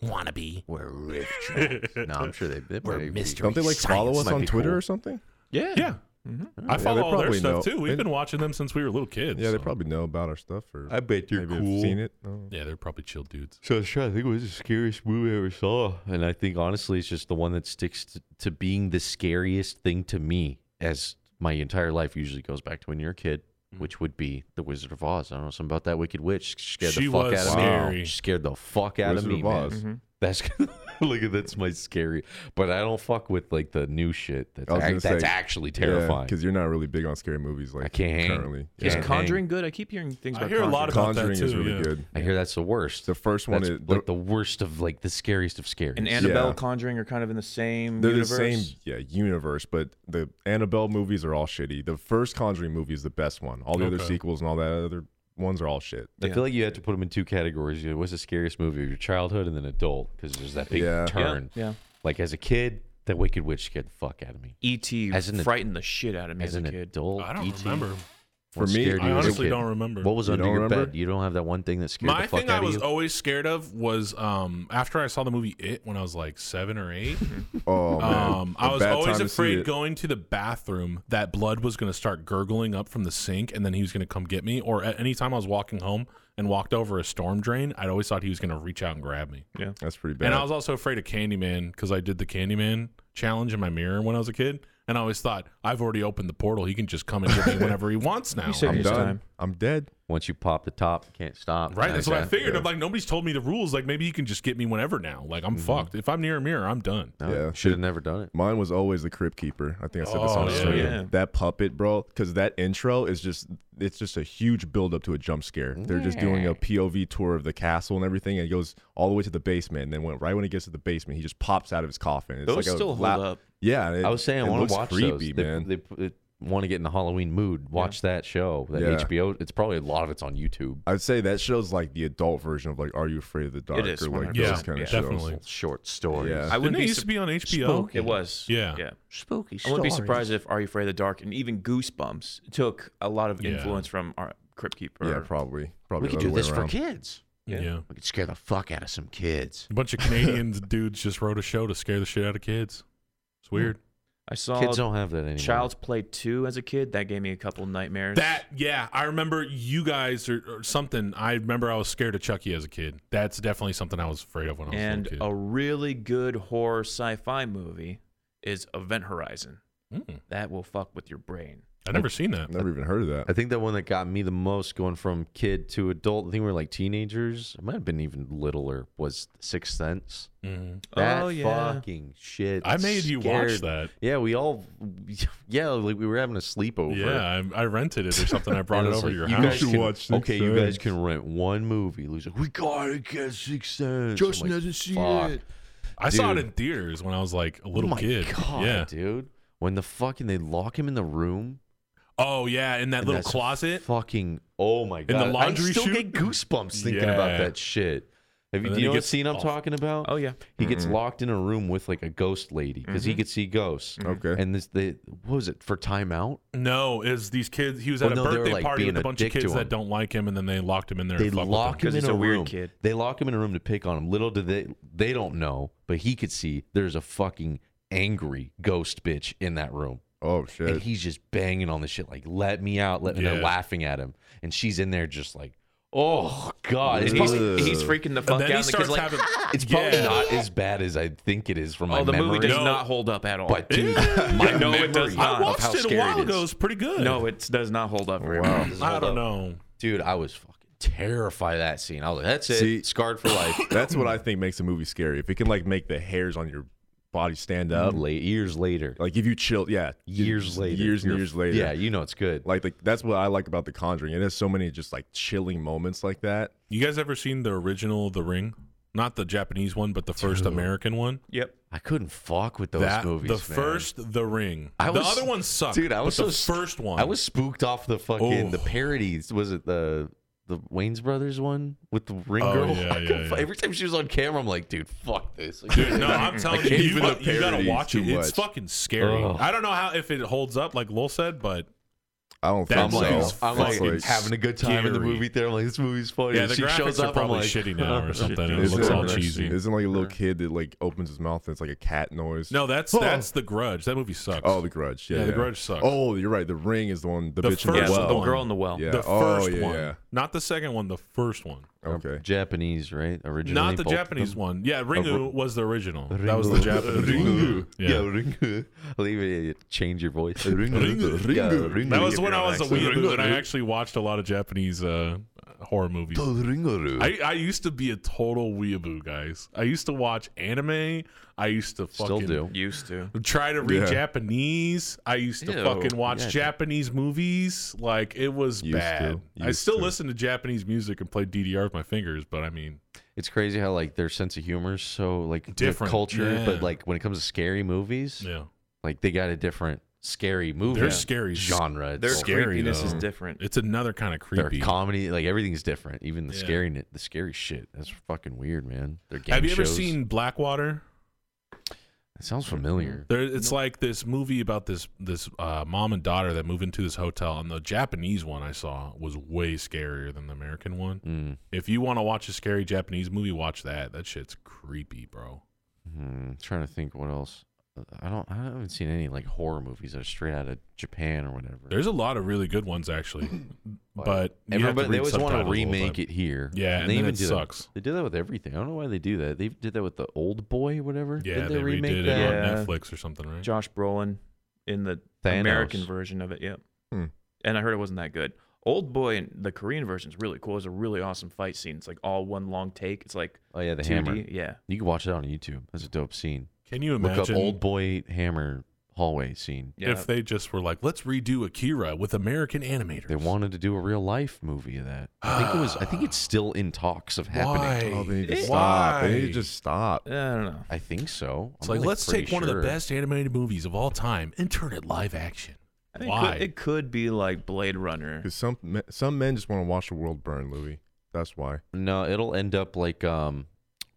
F: wannabe.
A: We're riff tracks. no, I'm sure they, they
F: We're
A: might be-
F: mystery.
C: Don't they like follow us
A: might
C: on
A: be
C: Twitter
A: cool.
C: or something?
E: Yeah,
B: Yeah,
E: Mhm.
B: I
C: they
B: follow all their
C: probably
B: stuff
C: know.
B: too. We've
C: They-
B: been watching them since we were little kids.
C: Yeah, they
B: so-
C: probably know about our stuff or
A: I bet you're
C: maybe have
A: cool.
C: seen it. Oh.
B: Yeah, they're probably chill dudes.
A: So I was trying to think what was the scariest movie I ever saw. And I think honestly it's just the one that sticks to, to being the scariest thing to me as my entire life usually goes back to when you're a kid, which would be The Wizard of Oz. I don't know something about that Wicked Witch. Scared
B: She
A: the fuck
B: was
A: out of
B: scary. Mm-hmm.
A: me. She scared the fuck out
C: Wizard
A: of me.
C: of Oz.
A: Man. That's look at that's my scary. But I don't fuck with like the new shit. That's,
C: I was
A: ac-
C: gonna
A: that's
C: say,
A: actually terrifying.
C: because you're not really big on scary movies. Like
A: I can't hang.
C: currently.
A: Is
E: Is
A: Yeah.
E: Conjuring good? I keep hearing things
B: I
E: about
B: hear a lot
E: Conjuring.
B: about that
C: Conjuring is
B: too,
C: really
B: yeah.
C: good.
A: I hear that's the worst.
C: The first one
A: That's
C: is
A: like the worst of like the scariest of scary.
E: and Annabelle
C: Yeah.
E: Conjuring are kind of in the same
C: They're
E: universe.
C: the same, yeah, universe. But the Annabelle movies are all shitty. The first Conjuring movie is the best one. All the other
B: Okay.
C: sequels and all that other ones are all shit.
A: I feel like you have to put them in two categories. You know, What's the scariest movie of your childhood and then adult? Because there's that big
C: Yeah. Yeah,
A: turn.
E: yeah.
A: Like as a kid, that Wicked Witch scared the fuck out of me.
E: E.T.
A: As an ad-
E: E frightened the shit out of me as,
A: As an
E: a kid.
A: adult,
B: I don't
A: E.T.,
B: remember.
A: what
C: For me,
A: scared
B: I
A: you as a
B: honestly
A: kid?
B: don't remember.
A: What was
C: You
A: under
C: don't
A: your
C: remember?
A: bed? You don't have that one thing that scared
B: My
A: the fuck
B: thing
A: out
B: I was
A: of you.
B: always scared of was um, after I saw the movie It when I was like seven or eight.
C: Oh man,
B: Um, I
C: A
B: was
C: bad
B: always
C: time to see
B: afraid
C: it.
B: going to the bathroom that blood was going to start gurgling up from the sink and then he was going to come get me. Or at any time I was walking home and walked over a storm drain, I'd always thought he was going to reach out and grab me.
C: that's pretty bad.
B: And I was also afraid of Candyman because I did the Candyman challenge in my mirror when I was a kid. And I always thought, I've already opened the portal. He can just come and get me whenever he wants now.
E: said
C: I'm
E: Next
C: done.
E: time.
C: I'm dead.
A: Once you pop the top, can't stop.
B: Right, that's what I
A: Like that.
B: figured. I'm like, nobody's told me the rules. Like, maybe he can just get me whenever now. Like, I'm fucked. If I'm near a mirror, I'm done.
A: No,
C: Yeah.
A: should have never done it.
C: Mine was always the Crypt Keeper. I think I said this
B: Oh,
C: on the
B: yeah.
C: stream.
E: Yeah.
C: That puppet, bro, because that intro is just it's just a huge build up to a jump scare. They're just doing a POV tour of the castle and everything, and it goes all the way to the basement. And then when, right when it gets to the basement, he just pops out of his coffin. It's
E: Those
C: like a
E: still hold
C: la-
E: up.
C: Yeah, and it-
A: I was saying,
C: it
A: I want
C: looks
A: to watch
C: creepy,
A: those.
C: man.
A: They, they, want to get in the Halloween mood. Watch that show. That
C: Yeah.
A: HBO. It's probably a lot of it's on YouTube.
C: I'd say that show's like the adult version of like Are You Afraid of the Dark
E: is,
C: or like
E: 100%.
C: those kind
B: Yeah,
C: of shows.
B: definitely.
A: Short stories.
C: Yeah.
E: I
B: Didn't
E: wouldn't
B: it
E: be
B: used
E: sup-
B: to be on HBO?
E: It was.
B: Uh, Yeah.
E: Yeah.
A: Spooky.
E: I wouldn't be surprised if Are You Afraid of the Dark and even Goosebumps took a lot of
B: Yeah.
E: influence from our Crypt Keeper.
C: Yeah, probably. Probably
A: We could
C: the
A: do
C: other
A: this
C: way
A: for
C: around.
A: kids.
E: Yeah.
A: We could scare the fuck out of some kids.
B: A bunch of Canadian dudes just wrote a show to scare the shit out of kids. It's weird.
E: I saw
A: Kids don't have that anymore.
E: Child's Play 2 as a kid. That gave me a couple nightmares.
B: That yeah, I remember you guys or, or something. I remember I was scared of Chucky as a kid. That's definitely something I was afraid of when I was
E: and
B: a little
E: a really good horror sci-fi movie is Event Horizon.
B: kid. Mm,
E: That will fuck with your brain.
B: I've never seen that.
C: I've never even heard of that.
A: I think the one that got me the most going from kid to adult, I think we were like teenagers. I might have been even littler, was Sixth Sense.
B: Mm.
A: That
E: Oh, yeah.
A: fucking shit.
B: I made you watch
A: scared-
B: that.
A: Yeah, we all, yeah, like we were having a sleepover.
B: Yeah, I, I rented it or something. I brought
A: And
B: it
A: it's
B: over
A: like,
B: to your
A: you
B: house.
A: guys
C: should
A: can-
C: watch Sixth
A: Okay, you guys
C: Sense.
A: can rent one movie. Lou's like, we gotta get Sixth Sense.
G: Justin
A: I'm like,
G: hasn't seen
A: fuck.
G: it.
B: I saw it
A: dude.
B: in theaters when I was like a little
A: oh my
B: kid.
A: God,
B: yeah.
A: dude. When the fucking they lock him in the room
B: Oh yeah, in that
A: and
B: little
A: that's
B: closet.
A: Fucking oh my god!
B: the laundry
A: I still
B: chute?
A: get goosebumps thinking about
B: Yeah.
A: that shit. Have you,
B: And
A: do
B: then
A: you
B: he
A: know what
B: gets
A: scene I'm
B: off.
A: talking about?
E: Oh yeah.
A: He gets locked in a room with like a ghost lady because
E: Mm-hmm.
A: he could see ghosts.
E: Oh,
C: Okay.
A: And this, the what was it for timeout?
B: no, is these kids? He was
A: Well,
B: at a
A: no, they were,
B: birthday
A: like,
B: party
A: being
B: with a
A: a
B: bunch of
A: dick to
B: kids
A: him.
B: that don't like him, and then they locked him in there.
A: They
B: and fucked with
A: lock
B: him.
A: him
E: 'Cause
A: in
E: he's
A: a,
E: a weird
A: room.
E: kid.
A: They lock him in a room to pick on him. Little do they they don't know, but he could see there's a fucking angry ghost bitch in that room.
C: Oh
A: And
C: shit.
A: he's just banging on the shit, like, let me out, let me and they're
B: Yeah.
A: laughing at him. And she's in there just like, oh God.
E: He's,
A: It's
C: Ugh.
A: probably,
E: he's freaking the
B: And
E: fuck out.
B: then he
E: And the kid's
B: starts
E: like,
B: having.
A: It's probably
B: Yeah.
A: not as bad as I think it is from my
E: oh, the
A: memory.
E: movie does
B: No.
E: not hold up at all.
A: But dude, my
E: no,
A: memory
E: it does
A: of
E: not.
B: I
A: how
B: watched it a
A: scary
B: while
A: is-
B: ago. It's pretty good.
E: no, it does not hold up very well.
A: Does it
B: I
A: hold
B: don't
A: up?
B: know.
A: dude. I was fucking terrified of that scene. I was like, that's it,
C: See-
A: scarred for life.
C: That's what I think makes a movie scary. If it can like make the hairs on your body stand up,
A: Late, years later,
C: like if you chill, yeah,
A: Mm-hmm. years later,
C: years and
A: you're-
C: years later,
A: Yeah, you know it's good.
C: Like the, that's what I like about The Conjuring. It has so many just like chilling moments like that.
B: You guys ever seen the original The Ring? Not the Japanese one, but the first American one.
E: Yep.
A: I couldn't fuck with those
B: that
A: movies.
B: the
A: man.
B: first The Ring.
A: I
B: the
A: was-
B: other one sucked.
A: dude. I was
B: but
A: so
B: the
A: st-
B: first one.
A: I was spooked off the fucking
B: Oh.
A: the parodies. Was it the the Wayne's Brothers one with the ring
B: Oh,
A: girl?
B: yeah,
A: I
B: yeah,
A: couldn't fu-
B: yeah.
A: Every time she was on camera, I'm like, dude, fuck this. Like,
B: Dude, no, I'm telling you,
C: can't
B: you,
C: even
B: got,
C: the
B: you gotta
C: parodies
B: watch
C: too
B: it. It's
C: much.
B: fucking scary.
A: Ugh.
B: I don't know how if it holds up, like Lowell said, but
C: I don't
B: That
C: think
A: I'm
C: so.
A: like,
B: movie's
A: I'm
B: fucking
A: like having a good time in the
B: scary.
A: movie theater. I'm like, this movie's funny.
B: yeah,
A: And
B: the
A: she
B: graphics
A: shows
B: are
A: up. I'm
B: probably
A: like,
B: shitty now or something. It
C: Isn't
B: looks
C: it-
B: all
A: Actually,
B: cheesy.
C: Isn't like a little kid that like opens his mouth and it's like a cat noise.
B: No, that's that's The Grudge. That movie sucks.
C: Oh, The Grudge. Yeah,
B: Yeah, The
C: yeah.
B: Grudge sucks.
C: Oh, you're right. The Ring is the one. The,
B: The
C: bitch
B: first
C: in
E: Yeah,
C: the
E: so
C: well.
E: the girl in the well.
C: Yeah.
B: the first
C: oh, yeah,
B: one,
C: yeah.
B: not the second one. The first one,
C: Okay.
A: Japanese, right? Originally,
B: not the
A: both of
B: Japanese
A: them?
B: one. Yeah, Ringu was the original. That was
A: Ringu.
B: the Japanese
A: Ringu.
B: one.
A: Yeah,
B: Yeah.
A: Ringu. I think you change your voice. Ringu.
C: Ringu.
A: Yeah, Ringu.
B: That was
A: If
B: when
A: you're
B: I was a
A: accent.
B: weeaboo, and I actually watched a lot of Japanese uh, horror movies. I, I used to be a total weeaboo, guys. I used to watch anime. I used to fucking
A: Still do.
E: Used to.
B: try to read
C: Yeah.
B: Japanese. I used to
E: Ew.
B: fucking watch
A: Yeah.
B: Japanese movies. Like it was
C: Used to.
B: bad. I
C: Used
B: still
C: to.
B: listen to Japanese music and play DDR with my fingers, but I mean,
A: It's crazy how like their sense of humor is so like
B: Different,
A: different culture,
B: yeah.
A: but like when it comes to scary movies,
B: yeah,
A: like they got a different scary movie
B: they're scary.
A: genre. It's
E: Their
A: all-
B: Scary,
E: creepiness is
B: though.
E: different.
B: It's another kind of
A: their
B: creepy.
A: comedy, like everything's different. Even the
B: Yeah.
A: scary, the scary shit. That's fucking weird, man. Their game
B: Have you ever
A: shows.
B: seen Blackwater?
A: It sounds familiar.
B: There, it's like this movie about this this uh, mom and daughter that move into this hotel, and the Japanese one I saw was way scarier than the American one.
A: Mm.
B: If you want to watch a scary Japanese movie, watch that. That shit's creepy, bro.
A: Hmm, trying to think what else. I don't. I haven't seen any like horror movies that are straight out of Japan or whatever.
B: There's a lot of really good ones actually, but you have to
A: Everybody, they
B: read
A: always want
B: subtitles
A: to
B: all the
A: remake
B: time.
A: it here.
B: Yeah, and
A: they
B: then
A: even
B: it
A: do
B: sucks.
A: That. They do that with everything. I don't know why they do that. They did that with the Old Boy, or whatever.
B: Yeah,
A: Didn't
B: they,
A: that?
B: redid it
E: Yeah.
B: on Netflix or something, right?
E: Josh Brolin in the
A: Thanos.
E: American version of it. Yep.
C: Hmm.
E: And I heard it wasn't that good. Old Boy in the Korean version is really cool. It's a really awesome fight scene. It's like all one long take. It's like
A: Oh yeah, the
E: 2D.
A: hammer.
E: Yeah.
A: You can watch that on YouTube. That's a dope scene.
B: Can you
A: Look
B: imagine
A: up Old Boy Hammer hallway scene.
E: Yeah.
B: if they just were like, let's redo Akira with American animators?
A: They wanted to do a real life movie of that. I think it was. I think it's still in talks of happening.
B: Why?
C: Oh, they need to
B: Why?
C: stop. They need to just stop.
E: I don't know.
A: I think so.
B: It's
A: I'm,
B: like, let's
A: pretty
B: take one of the
A: sure.
B: best animated movies of all time and turn it live action.
E: I mean,
B: Why?
E: It could, it could be like Blade Runner.
C: Because some me- some men just want to watch the world burn, Louis. That's why.
A: No, it'll end up like um,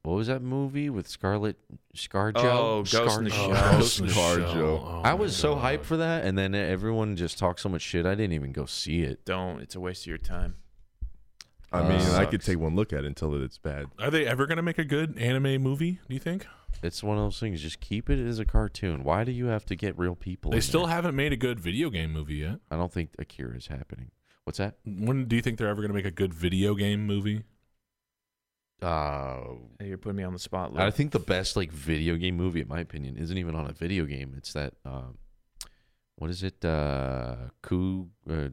A: what was that movie with Scarlet ScarJo?
E: Oh, Ghost in
A: Scar-
E: the Shell.
A: Ghost
C: in the Shell.
B: Oh
A: I
B: my
A: was so
B: God.
A: hyped for that, and then everyone just talked so much shit. I didn't even go see it.
E: Don't. It's a waste of your time.
C: I
A: Uh,
C: mean, I could
E: sucks.
C: take one look at it until it's bad.
B: Are they ever gonna make a good anime movie? Do you think
A: It's one of those things. Just keep it as a cartoon. Why do you have to get real people?
B: they
A: in
B: still
A: there?
B: haven't made a good video game movie yet?
A: I don't think Akira is happening. What's that?
B: When do you think they're ever gonna make a good video game movie?
A: Uh,
E: Hey, You're putting me on the spot. Luke.
A: I think the best like video game movie, in my opinion, isn't even on a video game. It's that um, what is it? Uh, Ku uh,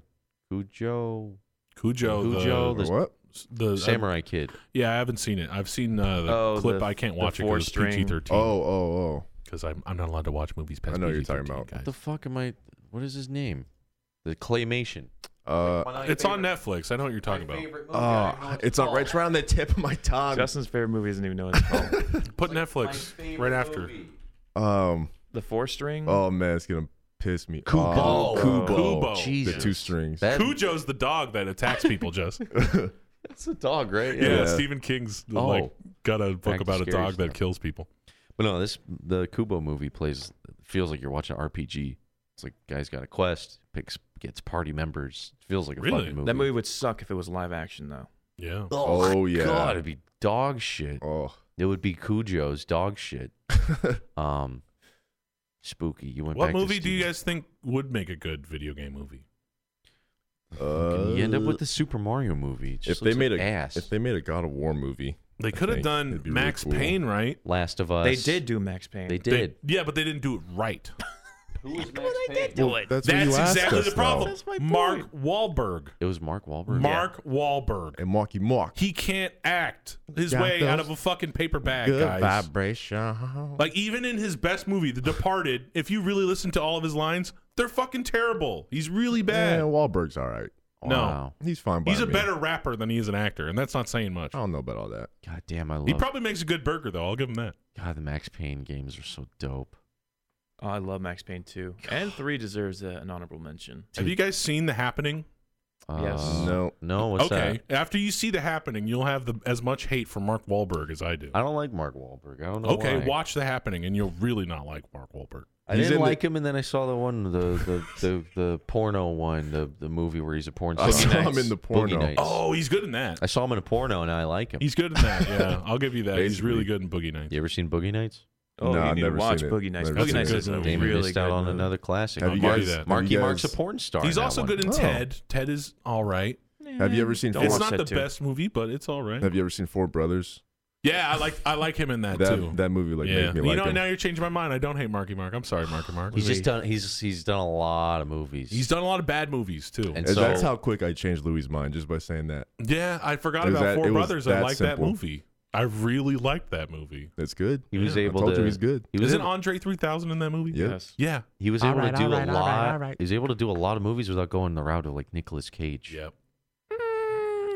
A: Cujo
B: Cujo,
A: Cujo,
B: the,
A: There's-
C: what?
B: the uh,
A: Samurai Kid.
B: yeah, I haven't seen it. I've seen uh, the
E: Oh,
B: clip.
E: the-
B: I can't
E: the
B: watch it
E: four
B: because it's
E: string.
B: PG thirteen.
C: Oh, oh,
B: because I'm I'm not allowed to watch movies past.
C: I know what you're
B: PG-13,
C: talking about.
B: guys.
A: What the fuck am I? What is his name? The claymation.
C: oh. Uh,
B: it's on Netflix. I know what you're talking about.
C: oh, it's on right it's around the tip of my
B: Um,
C: tongue.
E: Justin's favorite movie doesn't even know what it's called.
B: Put Netflix right after.
C: um.
E: the Four String.
C: Oh man, it's gonna piss me
A: Mm-hmm. Kubo.
C: off. Kubo.
B: Kubo.
C: The
A: Jesus.
C: two strings.
A: That-
B: Cujo's the dog that attacks people. Just yeah,
A: that's a dog, right?
B: Stephen King's
A: Oh.
B: like got a book
A: Back to
B: about a
A: scary
B: dog that
A: stuff.
B: kills people.
A: But no, this the Kubo movie plays feels like you're watching an RPG. It's like guy's got a quest, picks gets party members. Feels like a
B: Really?
A: fucking movie.
E: that movie would suck if it was live action though.
B: Yeah.
C: Oh, yeah.
A: God, it'd be dog shit.
C: Oh.
A: It would be Cujo's dog shit. um, spooky. You went.
B: What
A: back to
B: movie do you
A: Steve-
B: guys think would make a good video game movie?
C: Uh,
A: You end up with the Super Mario movie. It
C: if
A: just
C: they
A: looks
C: made
A: like
C: a
A: ass.
C: if they made a God of War movie.
B: They could have
C: think
B: done
C: it'd be really
B: Max
C: cool.
B: Payne, right?
A: Last of Us.
E: They did do Max Payne.
A: They
B: They-
A: did.
B: yeah, but they didn't do it right.
C: Well, that's what
B: That's
C: you asked
B: exactly
C: us,
B: the
C: though.
B: problem.
E: That's my
B: Mark Wahlberg.
A: It was Mark Wahlberg.
B: Mark Wahlberg.
C: And Marky Mark.
B: He can't act his
C: Got
B: way out
C: those
B: of a fucking paper bag,
C: Good
B: guys.
C: vibration.
B: Like even in his best movie, The Departed, if you really listen to all of his lines, they're fucking terrible. He's really
C: Yeah,
B: bad.
C: Wahlberg's all right.
A: Yeah.
B: no.
A: Wow.
C: He's fine. By
B: He's a
C: me.
B: better rapper than he is an actor, and that's not saying much.
C: I don't know about all that.
A: God damn, Oh, I love.
B: He probably makes a good burger though. I'll give him that.
A: God, the Max Payne games are so dope.
E: Oh, I love Max Payne 2. And 3 deserves a, an honorable mention.
B: Have you guys seen The Happening?
E: Yes.
A: Uh,
C: No.
A: No. What's
B: okay.
A: that?
B: After you see The Happening, you'll have the, as much hate for Mark Wahlberg as I do.
A: I don't like Mark Wahlberg. I don't know
B: Okay,
A: why.
B: watch The Happening, and you'll really not like Mark Wahlberg.
A: I
C: He's
A: didn't
C: in the-
A: like him, and then I saw the one, the the the, the porno one, the the movie where he's a porn star.
C: I saw
E: Nights.
C: him in the
A: Boogie
C: porno.
A: Nights.
B: Oh, he's good in that.
A: I saw him in a porno, and I like him.
B: He's good in that. Yeah, I'll give you that. He's
C: Basically.
B: really good in Boogie Nights.
A: you ever seen Boogie Nights?
E: Oh,
C: No,
E: you
C: I've
E: need
C: never
E: to watch
C: seen it.
E: Boogie Nights.
C: Never
E: Boogie
B: seen
E: Nights
B: it.
E: is a
A: Damon
E: really
A: missed
E: good
A: out on
E: movie.
A: another classic.
C: Have you
A: Marky-
B: guys- have you
A: Marky Mark's a
C: guys-
A: porn star.
B: He's
A: in that
B: also
A: one.
B: good in
C: Oh.
B: Ted. Ted is all right.
C: Have you ever seen
E: Don't
C: Four?
B: it's
E: watch
B: not
E: that
B: the
E: too.
B: best movie, but it's all right.
C: Have you ever seen Four Brothers?
B: Yeah, I like I like him in that,
C: That
B: too.
C: that movie like
B: yeah,
C: made me
B: you
C: like
B: know
C: him.
B: now you're changing my mind. I don't hate Marky Mark. I'm sorry, Marky Mark.
A: He's just done. He's he's done a lot of movies.
B: He's done a lot of bad movies too.
A: and
C: And
A: so
C: that's how quick I changed Louis' mind just by saying that.
B: yeah, I forgot
C: It was
B: about
C: that-
B: Four
C: it was
B: Brothers. I
C: that
B: like that
C: simple.
B: movie. I really liked that movie.
C: That's good.
A: he was
C: Yeah, I
A: able
C: told
A: to.
C: you he's good.
A: He was
B: Isn't
A: able-
B: Andre 3000 in that movie?
C: Yeah.
E: Yes.
B: Yeah.
A: He was able to do a lot. He was able to do a lot of movies without going the route of like Nicolas Cage.
B: Yep.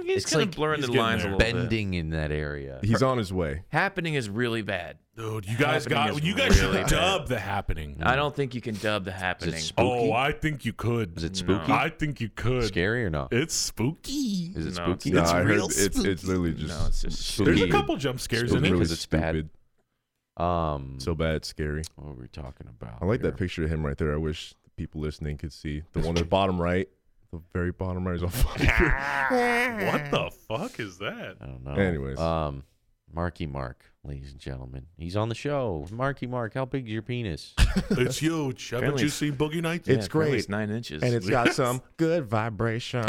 E: He's
A: It's
E: kind
A: like
E: of blurring
B: he's
E: the
B: getting
E: lines
B: there.
E: a little bit.
A: Bending in that area.
C: He's on his way.
E: Happening is really bad.
B: Dude, you guys
E: Happening
B: got
E: is
B: you guys
E: really
B: should
E: bad.
B: dub the happening.
E: I don't think you can dub the happening.
A: spooky?
B: Oh, I think you could.
A: Is it spooky?
B: I think you could.
A: Scary or not?
B: It's spooky.
A: Is it
E: No,
A: spooky?
C: No,
E: It's
C: I
E: real
C: heard it's it's literally just
E: no, it's just
A: Spooky.
B: There's a couple jump scares
C: it's
B: in it.
C: really
A: because it's bad.
C: stupid.
A: Um,
C: So bad, it's scary.
A: what were we talking about?
C: I like
A: here?
C: that picture of him right there. I wish the people listening could see the one at the bottom right. The very bottom right is on fire.
B: What the fuck is that?
A: I don't know.
C: Anyways.
A: um, Marky Mark, ladies and gentlemen, he's on the show. Marky Mark, how big is your penis?
B: It's huge. Haven't
E: Apparently
B: you
E: it's-
B: seen Boogie Nights?
C: It's
E: apparently
C: great.
E: It's nine inches.
C: and it's got some good vibration.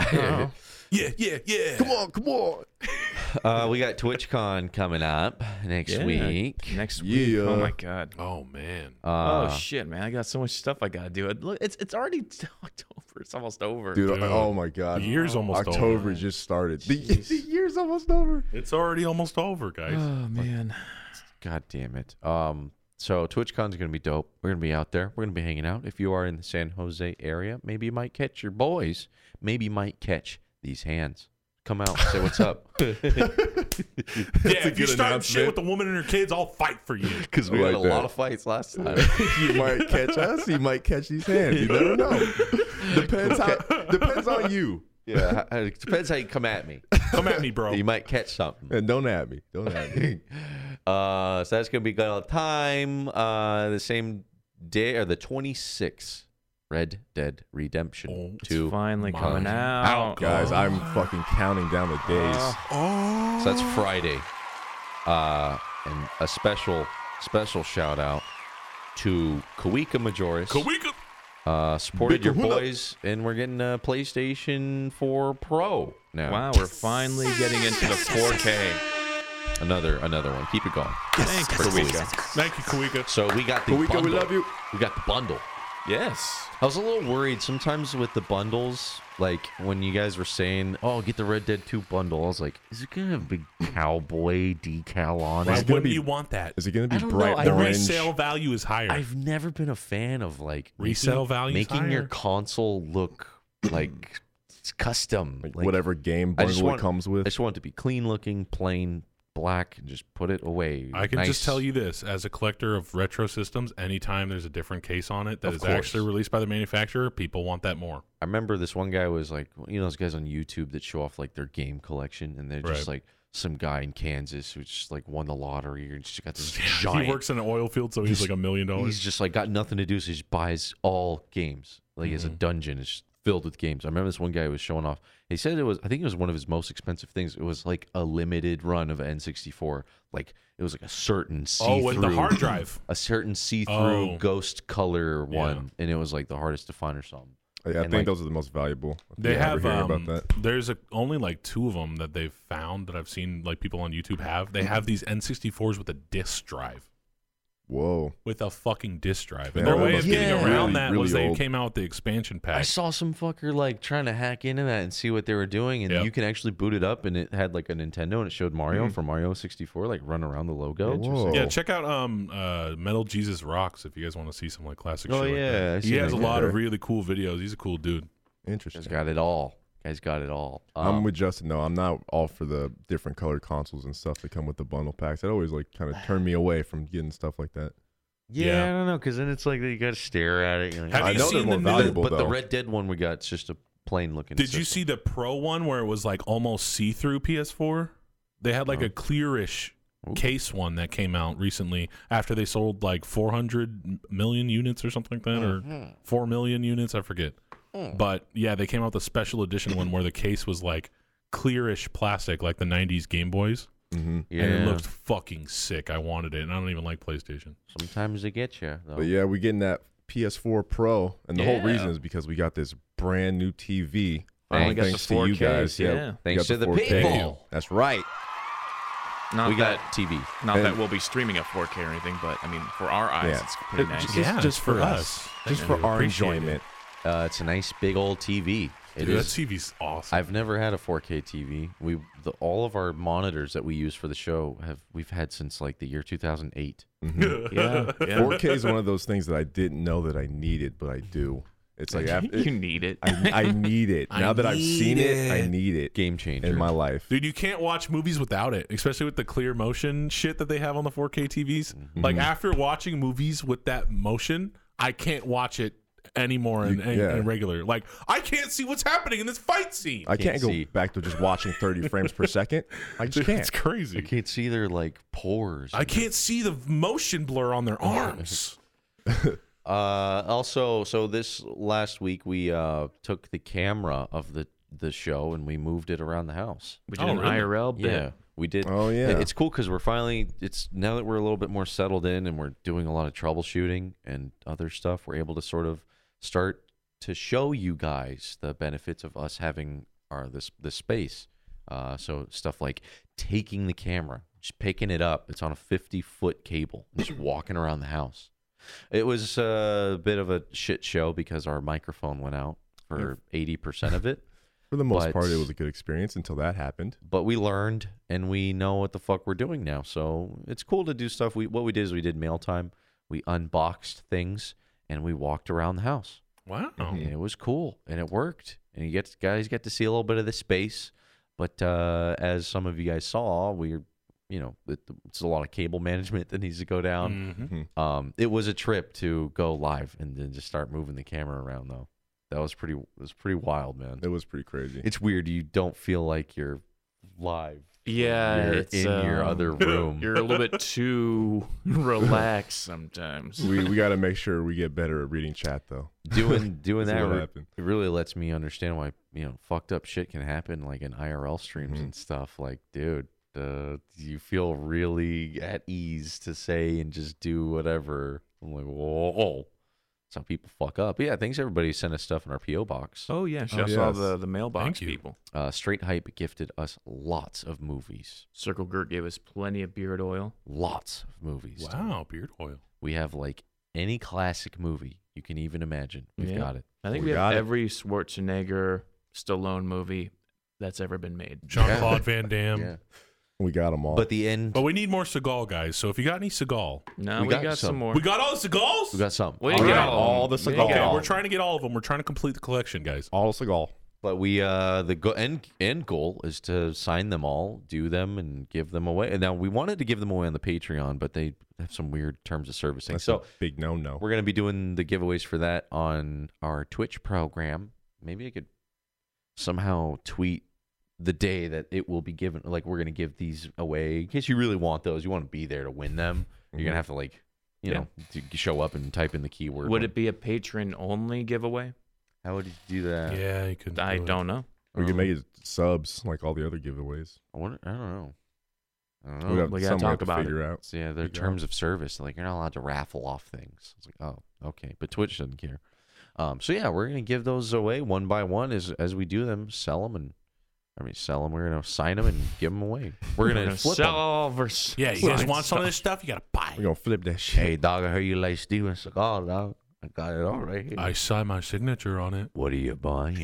B: Yeah, yeah, yeah.
C: Come on, come on.
A: uh, we got TwitchCon coming up next
E: Yeah.
A: week.
E: next week.
C: Yeah.
E: Oh my god.
B: Oh man.
A: Uh,
E: oh shit, man! I got so much stuff I gotta do. It- Look, it's it's already October. It's almost over.
C: Dude,
B: Dude.
C: oh my god.
B: The year's almost over.
C: October just started. The, the year's almost over.
B: It's already almost over, guys.
E: Oh man.
A: God damn it. Um, so TwitchCon's gonna be dope. We're gonna be out there. We're gonna be hanging out. If you are in the San Jose area, maybe you might catch your boys. Maybe you might catch these hands. Come out, say what's up.
B: yeah, if you
C: good
B: start shit
C: announcement.
B: with a woman and her kids, I'll fight for you.
A: Because we
C: I
A: had a
C: like that.
A: lot of fights last time.
C: you might catch us. You might catch these hands. You never know. Depends how, depends on you.
A: yeah, it depends how you come at me.
B: Come at me, bro.
A: You might catch something.
C: And don't at me. Don't at me.
A: Uh, so that's gonna be good all the time. Uh, the same day or the 26th, Red Dead Redemption
B: Oh, it's
A: Two.
E: Finally
B: my
E: coming out.
C: Guys, I'm fucking counting down the days.
A: So that's Friday. Uh, and a special special shout out to Kawika Majoris.
B: Kawika.
A: uh, supported
C: Big
A: your
C: kahuna.
A: boys, and we're getting a PlayStation 4 Pro now.
E: Wow, we're finally getting into the 4K.
A: Another another one. Keep it going.
E: Thanks, Kawika.
B: Thank you, Kawika.
A: So we got the
C: Kawika, we
A: bundle.
C: love you.
A: We got the bundle.
E: Yes.
A: I was a little worried sometimes with the bundles, like when you guys were saying, "Oh, get the Red Dead 2 bundle." I was like, "Is it gonna have a big cowboy decal on
B: Why
A: it?"
B: wouldn't
C: be-
B: you want that?
C: Is it gonna be
A: I don't know.
C: bright
A: I-
B: The
C: orange?
B: resale value is higher.
A: I've never been a fan of like making-
B: Resale value's
A: making your
B: higher.
A: console look like it's custom,
C: Like,
A: like,
C: whatever game
A: I just
C: bundle
A: want-
C: it comes
A: I
C: with.
A: just want it to be clean looking, plain black, and just put it away.
B: I can just
A: Nice.
B: tell you this as a collector of retro systems, anytime there's a different case on it that
A: Of
B: is
A: course.
B: actually released by the manufacturer, people want that more.
A: I remember this one guy was like, you know, those guys on YouTube that show off like their game collection, and they're just
B: Right.
A: like some guy in Kansas who just like won the lottery and just got this
B: He
A: giant.
B: works in an oil field, so he's, like a million
A: he's
B: dollars.
A: just like got nothing to do, so he just buys all games. Like he has a
B: Mm-hmm.
A: dungeon, it's just filled with games. I remember this one guy was showing off. He said it was, I think it was one of his most expensive things. It was like a limited run of N64. Like it was like a certain see
B: Oh, with the hard drive.
A: a certain see-through
B: Oh.
A: ghost color one, and it was like the hardest to find or something.
C: Yeah,
A: and,
C: I think
A: like-
C: those are the most valuable. If
B: They
C: you
B: have
C: ever hear
B: um,
C: about that.
B: there's a, only like two of them that they've found that I've seen like people on YouTube have. They have these N64s with a disk drive,
C: Whoa.
B: with a fucking disk drive.
C: Yeah,
B: And their
C: that
B: way
C: must
B: of
C: be
B: getting
A: really,
B: around that
C: really
B: was they
C: old.
B: came out with the expansion pack.
A: I saw some fucker like trying to hack into that and see what they were doing, and
B: Yep. Hmm.
A: you can actually boot it up, and it had like a Nintendo, and it showed Mario from Mario 64, like run around the logo.
C: Whoa.
B: Yeah, check out um uh Metal Jesus Rocks if you guys want to see some like classic
A: Oh, yeah,
B: shit
A: I
B: like that.
A: see
B: He has
A: that
B: a
A: guy.
B: lot of really cool videos. He's a cool dude.
A: Guys
C: Interesting.
A: got it all. Guys got it all.
C: I'm
A: Um,
C: with Justin though. I'm not all for the different colored consoles and stuff that come with the bundle packs. That always like kind of turned me away from getting stuff like that.
A: yeah,
B: yeah.
A: I don't know, because then it's like you got to stare at it. You're like,
B: Have
C: I
B: you
C: know
B: seen
C: they're more
B: the new-
C: valuable
A: but the
C: though.
A: Red Dead one we got, it's just a plain looking.
B: Did you see the Pro one where it was like almost see through PS4? They had like a clearish case one that came out recently after they sold like 400 m- million units or something like that, or 4 million units, I forget. But yeah, they came out with a special edition one where the case was like clearish plastic, like the 90s Game Boys.
A: Yeah.
B: And it looked fucking sick. I wanted it, and I don't even like PlayStation.
A: Sometimes they get you. Though.
C: But yeah, we're getting that PS4 Pro, and the whole reason is because we got this brand new TV.
A: Finally
C: Finally,
A: got
C: thanks
E: the
C: to you
E: 4Ks,
C: guys.
E: yeah.
C: we
A: Thanks
C: got
A: to the
C: 4K.
A: people.
C: That's right.
E: Not
A: we
E: that,
A: got TV.
E: not
C: and-
E: that we'll be streaming a 4K or anything, but I mean, for our eyes,
C: Yeah.
E: it's pretty nice.
C: Just,
B: Yeah,
C: just for
B: for
C: us,
B: us.
C: just
B: Yeah,
C: for
B: we
C: our
B: appreciate it.
C: enjoyment.
A: Uh, it's a nice big old TV. It
B: Dude, that
A: is-
B: TV's awesome.
A: I've never had a 4K TV. We the, all of our monitors that we use for the show have we've had since like the year 2008.
E: yeah, yeah.
C: 4K is one of those things that I didn't know that I needed, but I do. It's like after,
E: you need it.
C: I, I need it
F: I
C: now that I've seen
F: need
C: it, I
F: it.
C: need it
A: Game changer.
C: in my life.
B: Dude, you can't watch movies without it, especially with the clear motion shit that they have on the 4K TVs. Like after watching movies with that motion, I can't watch it anymore in,
C: You-
B: in-
C: yeah.
B: in regular. Like I can't see what's happening in this fight scene.
C: I can't,
A: Can't
C: go
A: see.
C: back to just watching 30 frames per second. I just
B: Dude,
C: can't.
B: It's crazy.
A: I can't see their like pores.
B: I can't see the motion blur on their arms.
A: Uh, also, so this last week we uh, took the camera of the the show and we moved it around the house.
E: We did
B: Oh,
E: an
B: really?
E: IRL bit.
A: Yeah, we did.
C: Oh, yeah.
A: it's cool because we're finally. It's now that we're a little bit more settled in and we're doing a lot of troubleshooting and other stuff. We're able to sort of start to show you guys the benefits of us having our this this space. Uh, so stuff like taking the camera, just picking it up. It's on a fifty foot cable, just walking around the house. It was a bit of a shit show because our microphone went out for eighty percent of it
C: For the most
A: But-
C: part, it was a good experience until that happened.
A: but we learned and we know what the fuck we're doing now. So it's cool to do stuff. We what we did is we did mail time. We unboxed things and we walked around the house.
B: Wow.
A: And it was cool and it worked. And you get guys get to see a little bit of the space. But uh, as some of you guys saw, we you know it, it's a lot of cable management that needs to go down.
B: Mhm.
C: Hmm.
A: Um, it was a trip to go live and then just start moving the camera around though. That was pretty it was pretty wild, man.
C: It was pretty crazy.
A: It's weird. You don't feel like you're live
E: Yeah,
A: Uh, you're
E: it's,
A: in your
E: um,
A: other room.
E: You're a little bit too relaxed sometimes.
C: we we got to make sure we get better at reading chat though.
A: doing doing
C: That's
A: that
C: what
A: re-
C: happened.
A: it really lets me understand why you know fucked up shit can happen like in IRL streams and stuff. Like, dude, uh, you feel really at ease to say and just do whatever. I'm like, whoa. That's how people fuck up. But yeah, thanks everybody who sent us stuff in our PO box.
E: Oh yeah, she
C: Oh,
E: saw
C: yes.
E: the the mailbox
B: Thank you.
E: people.
A: Uh, Straight Hype gifted us lots of movies,
E: Circle Gert gave us plenty of beard oil.
A: lots of movies.
B: Wow, beard oil.
A: We have like any classic movie you can even imagine. We've
E: Yeah.
A: got it.
E: I think
C: We
E: we,
C: got
E: have
C: it.
E: every Schwarzenegger, Stallone movie that's ever been made.
B: Jean Claude Van Damme.
A: yeah.
C: We got them all.
A: But the end,
B: But we need more Seagal guys. So if you got any Seagal,
E: No,
A: We
E: we,
A: got
E: got, some
A: some.
E: more.
B: we got all the Seagals.
A: we got some.
E: We didn't
C: All
E: get
C: right,
E: all,
C: all
E: of them.
C: the
E: We didn't
B: okay,
E: get all
B: we're
E: of
B: trying to get all of them. We're trying to complete the collection, guys.
C: all Seagal.
A: But we uh the go- end end goal is to sign them all, do them, and give them away. And now we wanted to give them away on the Patreon, but they have some weird terms of service thing.
C: That's
A: So
C: a big no no.
A: we're gonna be doing the giveaways for that on our Twitch program. Maybe I could somehow tweet the day that it will be given. Like we're gonna give these away in case you really want those. You want to be there to win them. You're
C: Mm-hmm.
A: gonna have to like you
E: Yeah.
A: know to show up and type in the
E: them.
A: keyword.
E: Would it be a patron only giveaway?
A: How would you do that?
B: Yeah, you could.
E: I
B: do it.
E: don't know.
C: We can
A: Um,
C: make it subs like all the other giveaways.
A: I wonder. I don't know. I don't know.
C: we got
E: we gotta
C: something
E: talk
C: to
E: about it.
C: figure out.
A: So yeah, their
C: You got
A: terms of service, like you're not allowed to raffle off things. It's like, oh, okay, but Twitch doesn't care. Um, so yeah, we're gonna give those away one by one as as we do them, sell them, and I mean sell them. We're gonna sign them and give them away. We're gonna, flip 'em.
E: sell all versus.
B: Yeah, you guys want some of this stuff? You gotta buy.
C: We're gonna flip that shit.
A: Hey dog, I heard you like Steven Seagal, dog. I got it all right here.
B: I signed my signature on it.
A: what are you buying?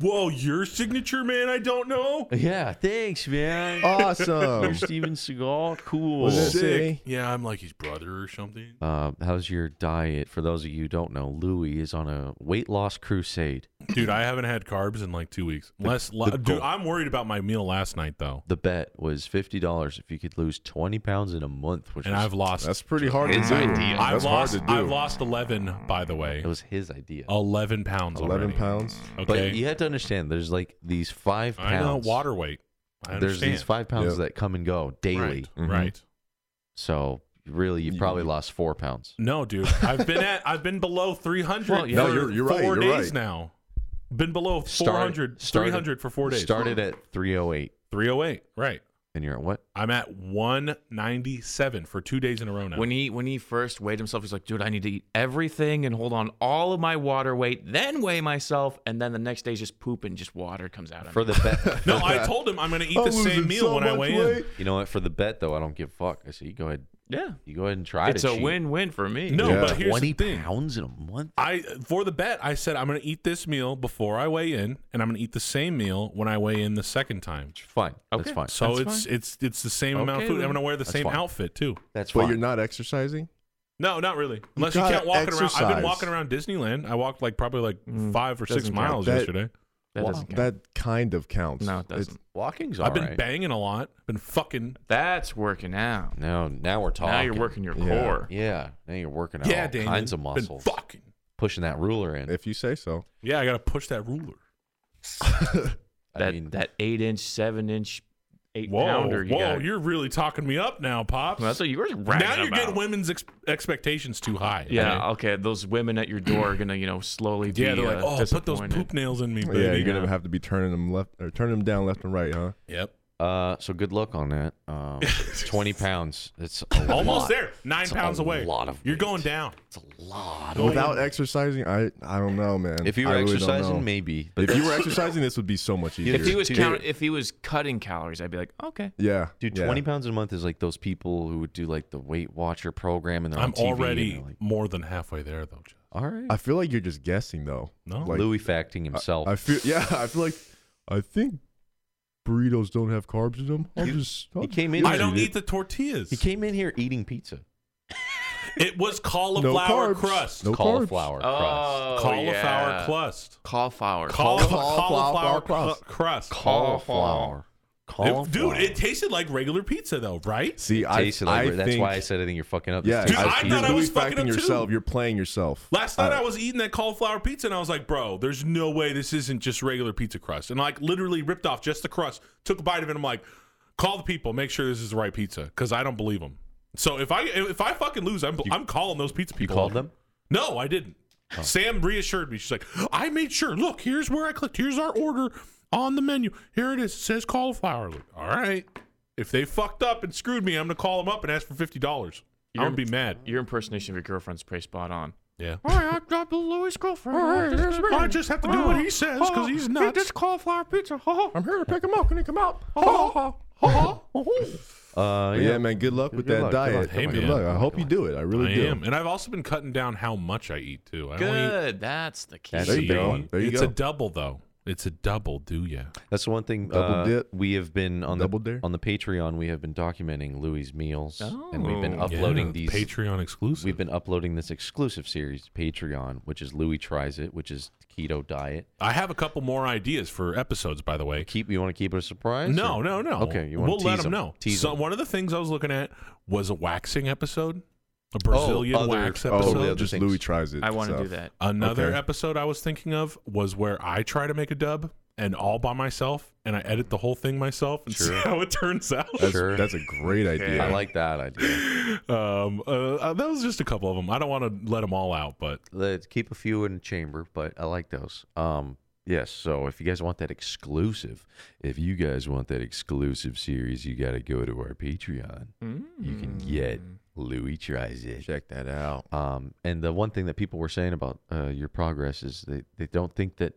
B: Whoa, your signature, man? I don't know.
A: yeah, thanks, man.
C: Awesome.
A: Steven Seagal, cool.
C: Was it sick?
B: Yeah, I'm like his brother or something.
A: Uh, how's your diet? For those of you who don't know, Louis is on a weight loss crusade.
B: Dude, I haven't had carbs in like two weeks. Less,
A: the
B: dude.
A: goal-
B: I'm worried about my meal last night though,
A: the bet was fifty dollars if you could lose twenty pounds in a month, which
B: and
A: was,
B: I've lost.
C: That's pretty hard to do.
B: I've
C: That's
B: lost.
C: hard to do.
B: I've lost 11, by the way.
A: it was his idea.
B: Eleven pounds.
C: 11
B: already.
C: pounds.
B: Oh, Okay.
A: But you have to understand, there's like these five pounds.
B: I know water weight. I
A: there's
B: understand.
A: these five pounds
C: Yeah.
A: that come and go daily.
B: Right.
C: Mhm.
B: right.
A: So really, you
C: You-
A: probably lost four pounds.
B: No, dude. I've been at. I've been below 300.
E: Well, yeah. No,
B: for
C: you're- you're
B: 4
C: right, you're
B: days
C: right.
B: now. Been below
A: Started-
B: 400,
A: started-
B: 300 for four days.
A: Started at three oh eight.
B: 308. Right.
A: And you're at what?
B: I'm at 197 for two days in a row now.
E: When he when he first weighed himself, he's like, dude, I need to eat everything and hold on all of my water weight, then weigh myself, and then the next day just poop and just water comes out of
A: For
E: me.
A: the bet,
B: no, I told him I'm going to eat
C: I'm
B: the same
C: losing
B: meal
C: so
B: when I
C: much
B: weigh
C: weight.
A: you know what? For the bet though, I don't give a fuck. I said, you go ahead,
E: Yeah.
A: you go ahead and try.
E: It's
A: to
E: a
A: cheat.
E: win win for me.
B: in. No,
C: Yeah.
B: but here's
A: Twenty
B: the thing.
A: pounds in a month.
B: I for the bet, I said I'm going to eat this meal before I weigh in, and I'm going to eat the same meal when I weigh in the second time.
A: Fine, that's fine.
B: So
E: That's
B: it's it's it's the same amount of
E: Okay,
B: food. I'm
E: then.
B: going to wear the
A: That's
B: same
A: fine.
B: outfit too.
A: That's fine.
C: But you're not exercising.
B: No, not really. Unless you,
C: gotta
B: can't walk around. I've been
C: exercise.
B: walking around Disneyland. I walked like probably like
A: Mm,
B: five or six
E: doesn't count.
B: miles
C: That-
B: yesterday.
E: That
C: Wow,
E: doesn't count.
C: that kind of counts.
E: no, it
C: It's-
E: doesn't.
A: Walking's
B: I've
A: alright.
B: been banging a lot. Been fucking.
E: That's working out.
A: Now, now we're talking.
E: Now you're working your
C: Yeah.
E: core.
A: Yeah, now you're working out
B: yeah,
A: all
B: Damon.
A: kinds of
B: Been
A: muscles.
B: fucking.
A: Pushing that ruler in.
C: If you say so.
B: Yeah, I got to push that ruler.
A: I
E: That
A: mean-
E: that eight inch, seven inch, eight
B: Whoa,
E: pounder. You
B: whoa,
E: got.
B: you're really talking me up now, pops.
E: That's what you were ragging
B: now you're
E: about.
B: getting women's ex- expectations too high.
E: Yeah, okay. Those women at your door are gonna, you know, slowly
B: Yeah,
E: be
B: they're like,
E: uh,
B: oh, put those
E: disappointed."
B: poop nails in me,
C: Yeah,
B: baby.
C: you're gonna have to be turning them left or turning them down left and right, huh?
B: Yep.
A: Uh, so good luck on that. Um, twenty pounds. It's a
B: Almost
A: lot.
B: there. Nine
A: It's
B: pounds
A: a
B: away.
A: lot of
B: you're
A: weight.
B: going down.
A: It's a lot.
B: Going
C: Without exercising, I I don't know, man.
A: If you were
C: I really don't
A: exercising,
C: know.
A: maybe. But
C: If you were exercising, this would be so much easier.
E: If he was
A: Dude.
E: count, if he was cutting calories, I'd be like, okay.
C: yeah,
A: dude,
C: yeah.
A: twenty pounds a month is like those people who would do like the Weight Watcher program, and they're
B: I'm
A: on TV and
B: already
A: they're like,
B: more than halfway there, though. Jeff.
A: all right.
C: I feel like you're just guessing though.
B: No.
C: like,
A: Louis facting himself.
C: I feel yeah. I feel like I think burritos don't have carbs in them. I'll just I'll
A: he
C: just
A: came in.
B: I
A: here-
B: don't eat the tortillas.
A: He came in here eating pizza,
B: It was
C: no
B: cauliflower
C: carbs.
B: crust.
C: No
A: cauliflower
B: Oh.
A: crust.
B: Cauliflower
E: yeah.
B: crust.
E: Cauliflower.
B: Cauli-
C: cauliflower
B: Cauliflower
C: crust.
B: cru- crust.
A: Cauliflower. Cauliflower.
B: It- dude, it tasted like regular pizza, though, right?
C: See, I,
A: tasted like.
C: I
A: that's
C: think,
A: why I said I think you're fucking up. This
C: yeah.
A: tastes
B: Dude,
A: like
B: I
A: pizza.
B: thought I
C: you're
B: was
C: Louis
B: fucking
C: facting
B: up, too.
C: yourself. You're playing yourself.
B: Last night
C: Uh,
B: I was eating that cauliflower pizza and I was like, bro, there's no way this isn't just regular pizza crust. And like literally ripped off just the crust, took a bite of it. And I'm like, call the people, make sure this is the right pizza because I don't believe them. So if I if I fucking lose, I'm I'm calling those pizza
A: you
B: people.
A: called them. Oh.
B: No, I didn't. Sam reassured me. She's like, I made sure. Look, here's where I clicked. Here's our order on the menu. Here it is. It says cauliflower. I'm like, All right. If they fucked up and screwed me, I'm gonna call them up and ask for fifty dollars. I'm gonna be mad.
E: Your impersonation of your girlfriend's pretty spot on.
B: Yeah.
E: I got the Louis girlfriend.
B: I just have to do what he says
E: Oh,
B: because he's nuts.
E: cauliflower pizza.
C: I'm here to pick him up. Can he come out?
A: Uh,
C: But yeah, man. Good luck with
A: Good
C: that
A: luck, good luck,
C: diet.
A: good
B: Hey, luck,
C: good
B: man.
C: luck. I hope you do it. I really
B: I
C: do.
B: am, and I've also been cutting down how much I eat too. I only
E: Good. That's the key.
A: That's
C: There you
A: big
C: go.
A: one.
C: There you
B: it's
C: go.
B: a double though. It's a double. Do ya?
A: That's the one thing.
C: Double
A: uh,
C: dip.
A: We have been on
C: Double
A: the
C: dare.
A: on the Patreon. We have been documenting Louis' meals, and we've been
E: Oh.
A: uploading
B: Yeah,
A: these.
B: Patreon exclusive.
A: We've been uploading this exclusive series to Patreon, which is Louis tries it, which is keto diet.
B: I have a couple more ideas for episodes, by the way.
A: Keep you want to keep it a surprise?
B: No,
A: or-
B: no, no.
A: Okay, you wanna
B: we'll let
A: tease 'em.
B: them know.
A: Tease
B: so
A: 'em.
B: one of the things I was looking at was a waxing episode, a Brazilian
A: other-
B: wax
A: oh,
B: episode.
A: the other
C: just
A: things.
C: Louis tries it.
E: I want to
C: so.
E: do that.
B: Another
C: Okay.
B: episode I was thinking of was where I try to make a dub and all by myself, and I edit the whole thing myself and see how it turns out.
C: That's,
A: Sure.
C: that's a great idea.
A: I like that idea.
B: Um, uh, uh, that was just a couple of them. I don't want to let them all out, but
A: Let's keep a few in the chamber, but I like those. Um, yes. So if you guys want that exclusive, if you guys want that exclusive series, you got to go to our Patreon. You can
E: Mm.
A: get Louis tries it.
C: Check that out.
A: Um, and the one thing that people were saying about uh, your progress is they, they don't think that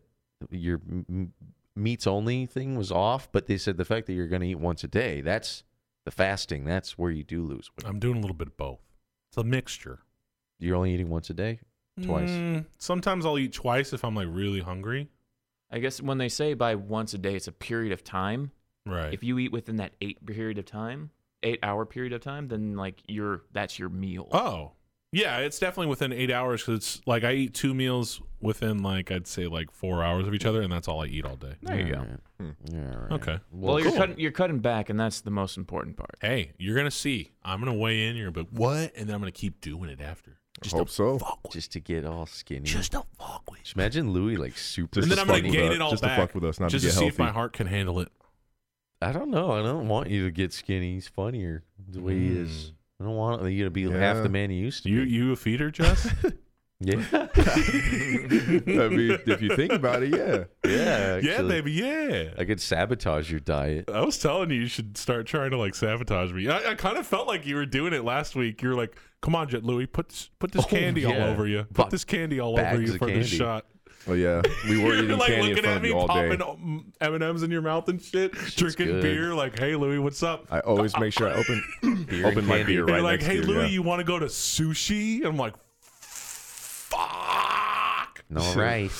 A: your m- m- meats only thing was off, but they said the fact that you're going to eat once a day, that's the fasting. That's where you do lose weight.
B: I'm doing a little bit of both. It's a mixture.
A: You're only eating once a day, twice.
B: Mm, sometimes I'll eat twice if I'm like really hungry.
E: I guess when they say by once a day, it's a period of time.
B: Right.
E: If you eat within that eight period of time, eight hour period of time, then like your that's your meal.
B: Oh, yeah, it's definitely within eight hours because it's like I eat two meals within like I'd say like four hours of each other, and that's all I eat all day.
E: there you go. Hmm.
A: Yeah, right.
B: Okay.
E: Well, you're
A: cool.
E: cutting you're cutting back, and that's the most important part.
B: Hey, you're gonna see. I'm gonna weigh in. You're gonna be like, what? And then I'm gonna keep doing it after.
C: I hope so.
A: just to get all skinny.
B: Just don't fuck with.
A: Just imagine Louis like super.
C: Just
B: and then
C: to
B: I'm
A: skinny.
B: gonna
C: fuck with
B: gain
C: us-
B: it all
C: just to
B: back.
C: fuck with us, not to
B: just
C: get
B: see if
C: healthy.
B: my heart can handle it.
A: I don't know. I don't want you to get skinny. He's funnier the way he is. I don't want you to be half
C: Yeah.
A: the man he used to
B: Mm. You
A: be.
B: you a feeder, Jess?
A: Yeah.
C: I mean, if you think about it, yeah.
A: Yeah.
B: Yeah,
A: actually.
B: baby, yeah.
A: I could sabotage your diet.
B: I was telling you, you should start trying to like sabotage me. I, I kind of felt like you were doing it last week. You were like, "Come on, Jet Louis, put this, put this
A: Oh,
B: candy
A: yeah.
B: all over you.
A: Fuck.
B: Put this candy all
A: Bags
B: over you
A: of
B: for this
A: candy.
B: shot."
C: Oh yeah, we were
B: You're
C: eating
B: like
C: candy in
B: looking at
C: front of
B: me,
C: you all day.
B: popping M and M's in your mouth and shit, drinking
A: good.
B: beer. Like, hey Louis, what's up?
C: I always make sure I open open my
A: candy.
C: beer
B: and
C: right
B: you're like,
C: next
B: hey
C: to
B: Louis,
C: yeah.
B: you want to go to sushi? And I'm like, fuck.
A: All right.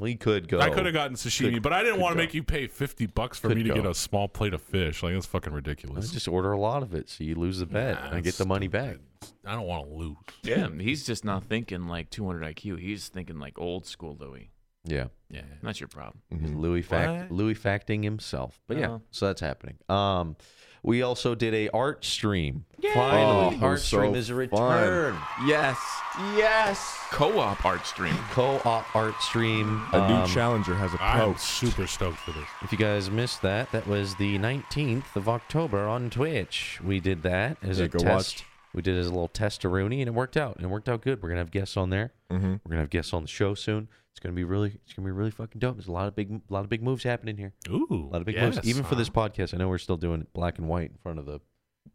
A: We could go.
B: I could have gotten sashimi, but I didn't want to
A: go.
B: make you pay fifty bucks for
A: Could
B: me to
A: go.
B: get a small plate of fish. Like that's fucking
A: Let's
B: ridiculous.
A: just order a lot of it so you lose the bet and I get the money back.
B: I don't want to lose.
E: Damn, he's just not thinking like 200 IQ. He's thinking like old school Louis.
A: Yeah.
B: Yeah.
E: That's your problem.
A: Louis fact
B: Mm-hmm. What? Uh-huh.
A: Louis facting himself. But yeah,
E: Yeah.
A: so that's happening. Um we also did a art stream. Finally,
C: Oh,
A: art
C: so
A: stream is a
C: fun.
A: return.
C: Yes, yes.
E: Co-op art stream.
A: Co-op art stream.
C: A new
A: Um,
C: challenger has
B: I'm
C: approached.
B: super stoked for this.
A: If you guys missed that, that was the 19th of October on Twitch. We did that as
C: Yeah,
A: a
C: go
A: test.
C: watch.
A: We did it as a little testaroonie, and it worked out. And it worked out good. We're gonna have guests on there.
C: Mm-hmm.
A: We're gonna have guests on the show soon. It's gonna be really, it's gonna be really fucking dope. There's a lot of big, lot of big moves happening here.
B: Ooh,
A: A lot of big
B: yes,
A: moves, even for
B: huh?
A: this podcast. I know we're still doing black and white in front of the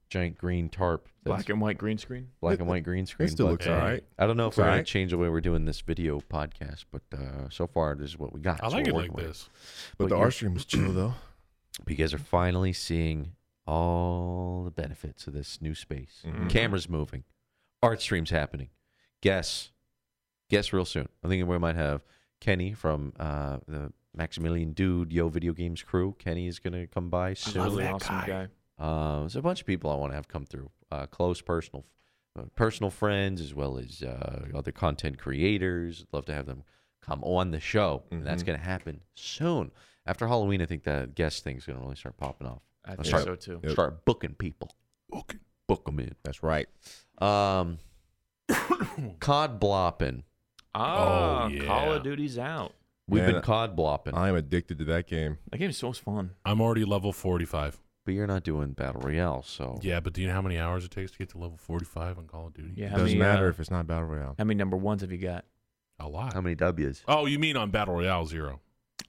A: giant green tarp. that's
E: Black and white green screen.
A: black and white green screen.
C: It still
A: but-
C: looks all right.
A: I don't know if
C: Looks
A: we're gonna
C: alright.
A: change the way we're doing this video podcast, but uh, so far this is what we got.
B: I
A: So
B: like
A: we're
B: it like
A: working with
B: this.
A: But
C: But the
A: you're-
C: art stream was chill though.
A: But you guys are finally seeing all the benefits of this new space.
B: Mm-hmm.
C: Mm-hmm.
A: Cameras moving, art streams happening. Guess, guess real soon. I'm thinking we might have Kenny from uh, the Maximilian Dude Yo Video Games crew. Kenny is gonna come by soon.
E: Really awesome guy.
A: Uh, there's a bunch of people I want to have come through, uh, close personal, uh, personal friends as well as uh, other content creators. Love to have them come on the show, and that's going to happen soon. After Halloween, I think that guest thing's going to really start popping off.
E: I
A: I'll
E: think
A: start,
E: so too.
C: Yep.
A: start booking people.
B: Okay.
A: Book them in.
C: That's right.
A: Um, cod blopping.
E: Ah,
B: yeah.
E: Call of Duty's out.
A: We've
C: Man,
A: been cod blopping,
C: I'm addicted to that game.
E: That game's so much fun.
B: I'm already level 45.
A: but you're not doing battle royale, so
B: Yeah, but do you know how many hours it takes to get to level 45 on Call of Duty?
E: Yeah, how
C: Doesn't
E: many,
C: matter
E: uh,
C: if it's not battle royale.
E: how many number ones have you got?
B: A lot.
A: how many W's?
B: Oh, you mean on Battle Royale Zero?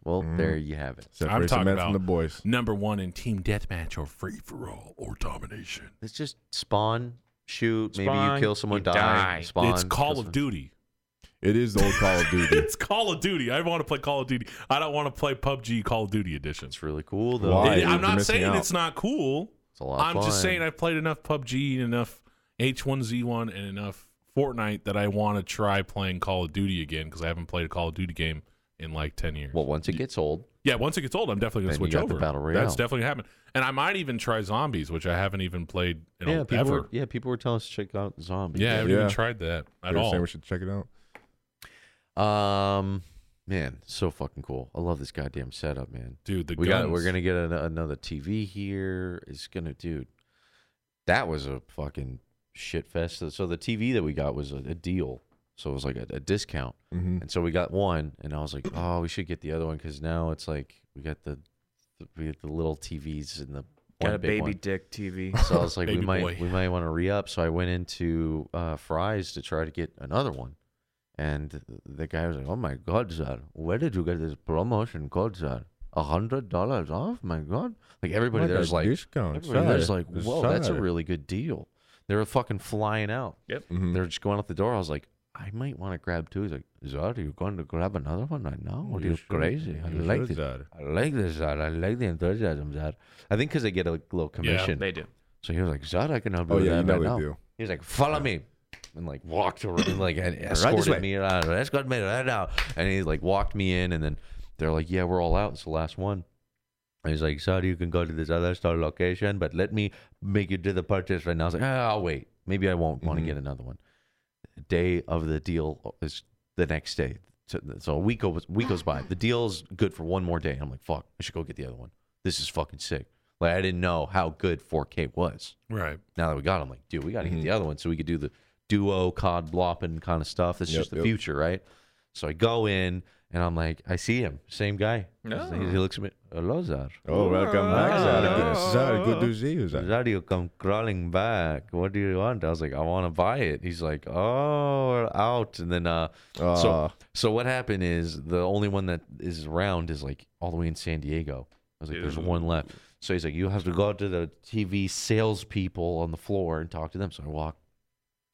A: Well,
C: Mm.
A: there you have it.
C: Separates the
B: talking
C: men
B: about-
C: from the boys.
B: Number one in team deathmatch or free for all or domination.
A: It's just spawn, shoot. maybe you
E: Spawn,
A: kill someone,
E: you
A: die.
E: die.
A: Spawn.
B: it's
A: kill
B: Call
A: someone-
B: of Duty.
C: It is the old Call of Duty.
B: It's Call of Duty. I want to play Call of Duty. I don't want to play PUBG Call of Duty edition.
A: It's really cool though.
C: Why?
B: I'm
C: You're
B: not
C: missing
B: saying
C: out.
B: it's not cool.
A: It's a lot.
B: I'm
A: of
B: just
A: fun.
B: saying I played enough PUBG and enough H1Z1 and enough Fortnite that I want to try playing Call of Duty again because I haven't played a Call of Duty game in like 10 years.
A: Well, once it gets old,
B: Yeah, once it gets old, I'm definitely
A: Then
B: gonna
A: you
B: switch
A: got the
B: over.
A: Battle Royale.
B: That's definitely happening, and I might even try zombies, which I haven't even played in
A: yeah,
B: yeah,
A: people
B: ever.
A: were yeah people were telling us to check out zombies.
B: yeah, I haven't even
C: Yeah.
B: tried that at
C: They were
B: all.
C: saying we should check it out.
A: Um, man, so fucking cool. I love this goddamn setup, man.
B: Dude, the
A: we
B: guns.
A: got we're gonna get an, another TV here. It's gonna dude. That was a fucking shit fest. So- So the TV that we got was a, a deal. So it was like a, a discount.
C: Mm-hmm.
A: And so we got one, and I was like, "Oh, we should get the other one because now it's like we got the, the we got the little TVs and the
E: Got
A: one
E: a
A: big
E: baby
A: one.
E: dick TV.
A: So I was like, we
B: Baby
A: might
B: boy.
A: we might want to re up. So I went into uh, Fry's to try to get another one, and the guy was like, "Oh my God, sir, where did you get this promotion code, sir? A hundred dollars off? My God!" Like everybody
C: What a
A: there's like,
C: discount,
A: everybody there's
C: sir.
A: like,
C: Yes,
A: whoa, that's a
C: sir."
A: really good deal. They were fucking flying out.
E: Yep.
C: Mhm.
A: They're just going out the door. I was like, I might want to grab two. He's like, Zar, are you going to grab another one right now? What are you "Oh, crazy? I
C: You
A: like
C: should,
A: this.
C: sir.
A: I like this, Zar. I like the enthusiasm, Zar. I think because they get a little commission.
E: They do.
A: So he was like, Zod, I can help you
C: Oh
A: with
C: yeah, you
A: that
C: know
A: right
C: they
A: now.
C: do.
A: He was like, follow me. And like walked around, like and
C: this
A: escorted
C: way.
A: me around. Escort me right now. And he like walked me in, and then they're like, yeah, we're all out. It's the last one. And he's like, sorry, you can go to this other store location, but let me make you do the purchase right now. I was like, ah, I'll wait. Maybe I won't
C: Mm-hmm.
A: want to get another one. Day of the deal is the next day. So, so a week goes, week goes by. The deal's good for one more day. I'm like, fuck, I should go get the other one. This is fucking sick. Like, I didn't know how good 4K was
B: right.
A: now that we got him, like, dude, we got to get the
C: Mm-hmm.
A: other one so we could do the duo cod blopping kind of stuff. This is
C: Yep,
A: just the
C: yep.
A: future, right? So I go in And I'm like, I see him, same guy. He he looks at me, Lozar.
C: Oh, welcome back, Zara. Zara, good to see you, Zara.
A: Lozar, you come crawling back. What do you want? I was like, I want to buy it. He's like, Oh, we're out. And then, uh,
C: Ah.
A: so so what happened is the only one that is around is like all the way in San Diego. I was like, There's one left. So he's like, You have to go out to the TV salespeople on the floor and talk to them. So I walk.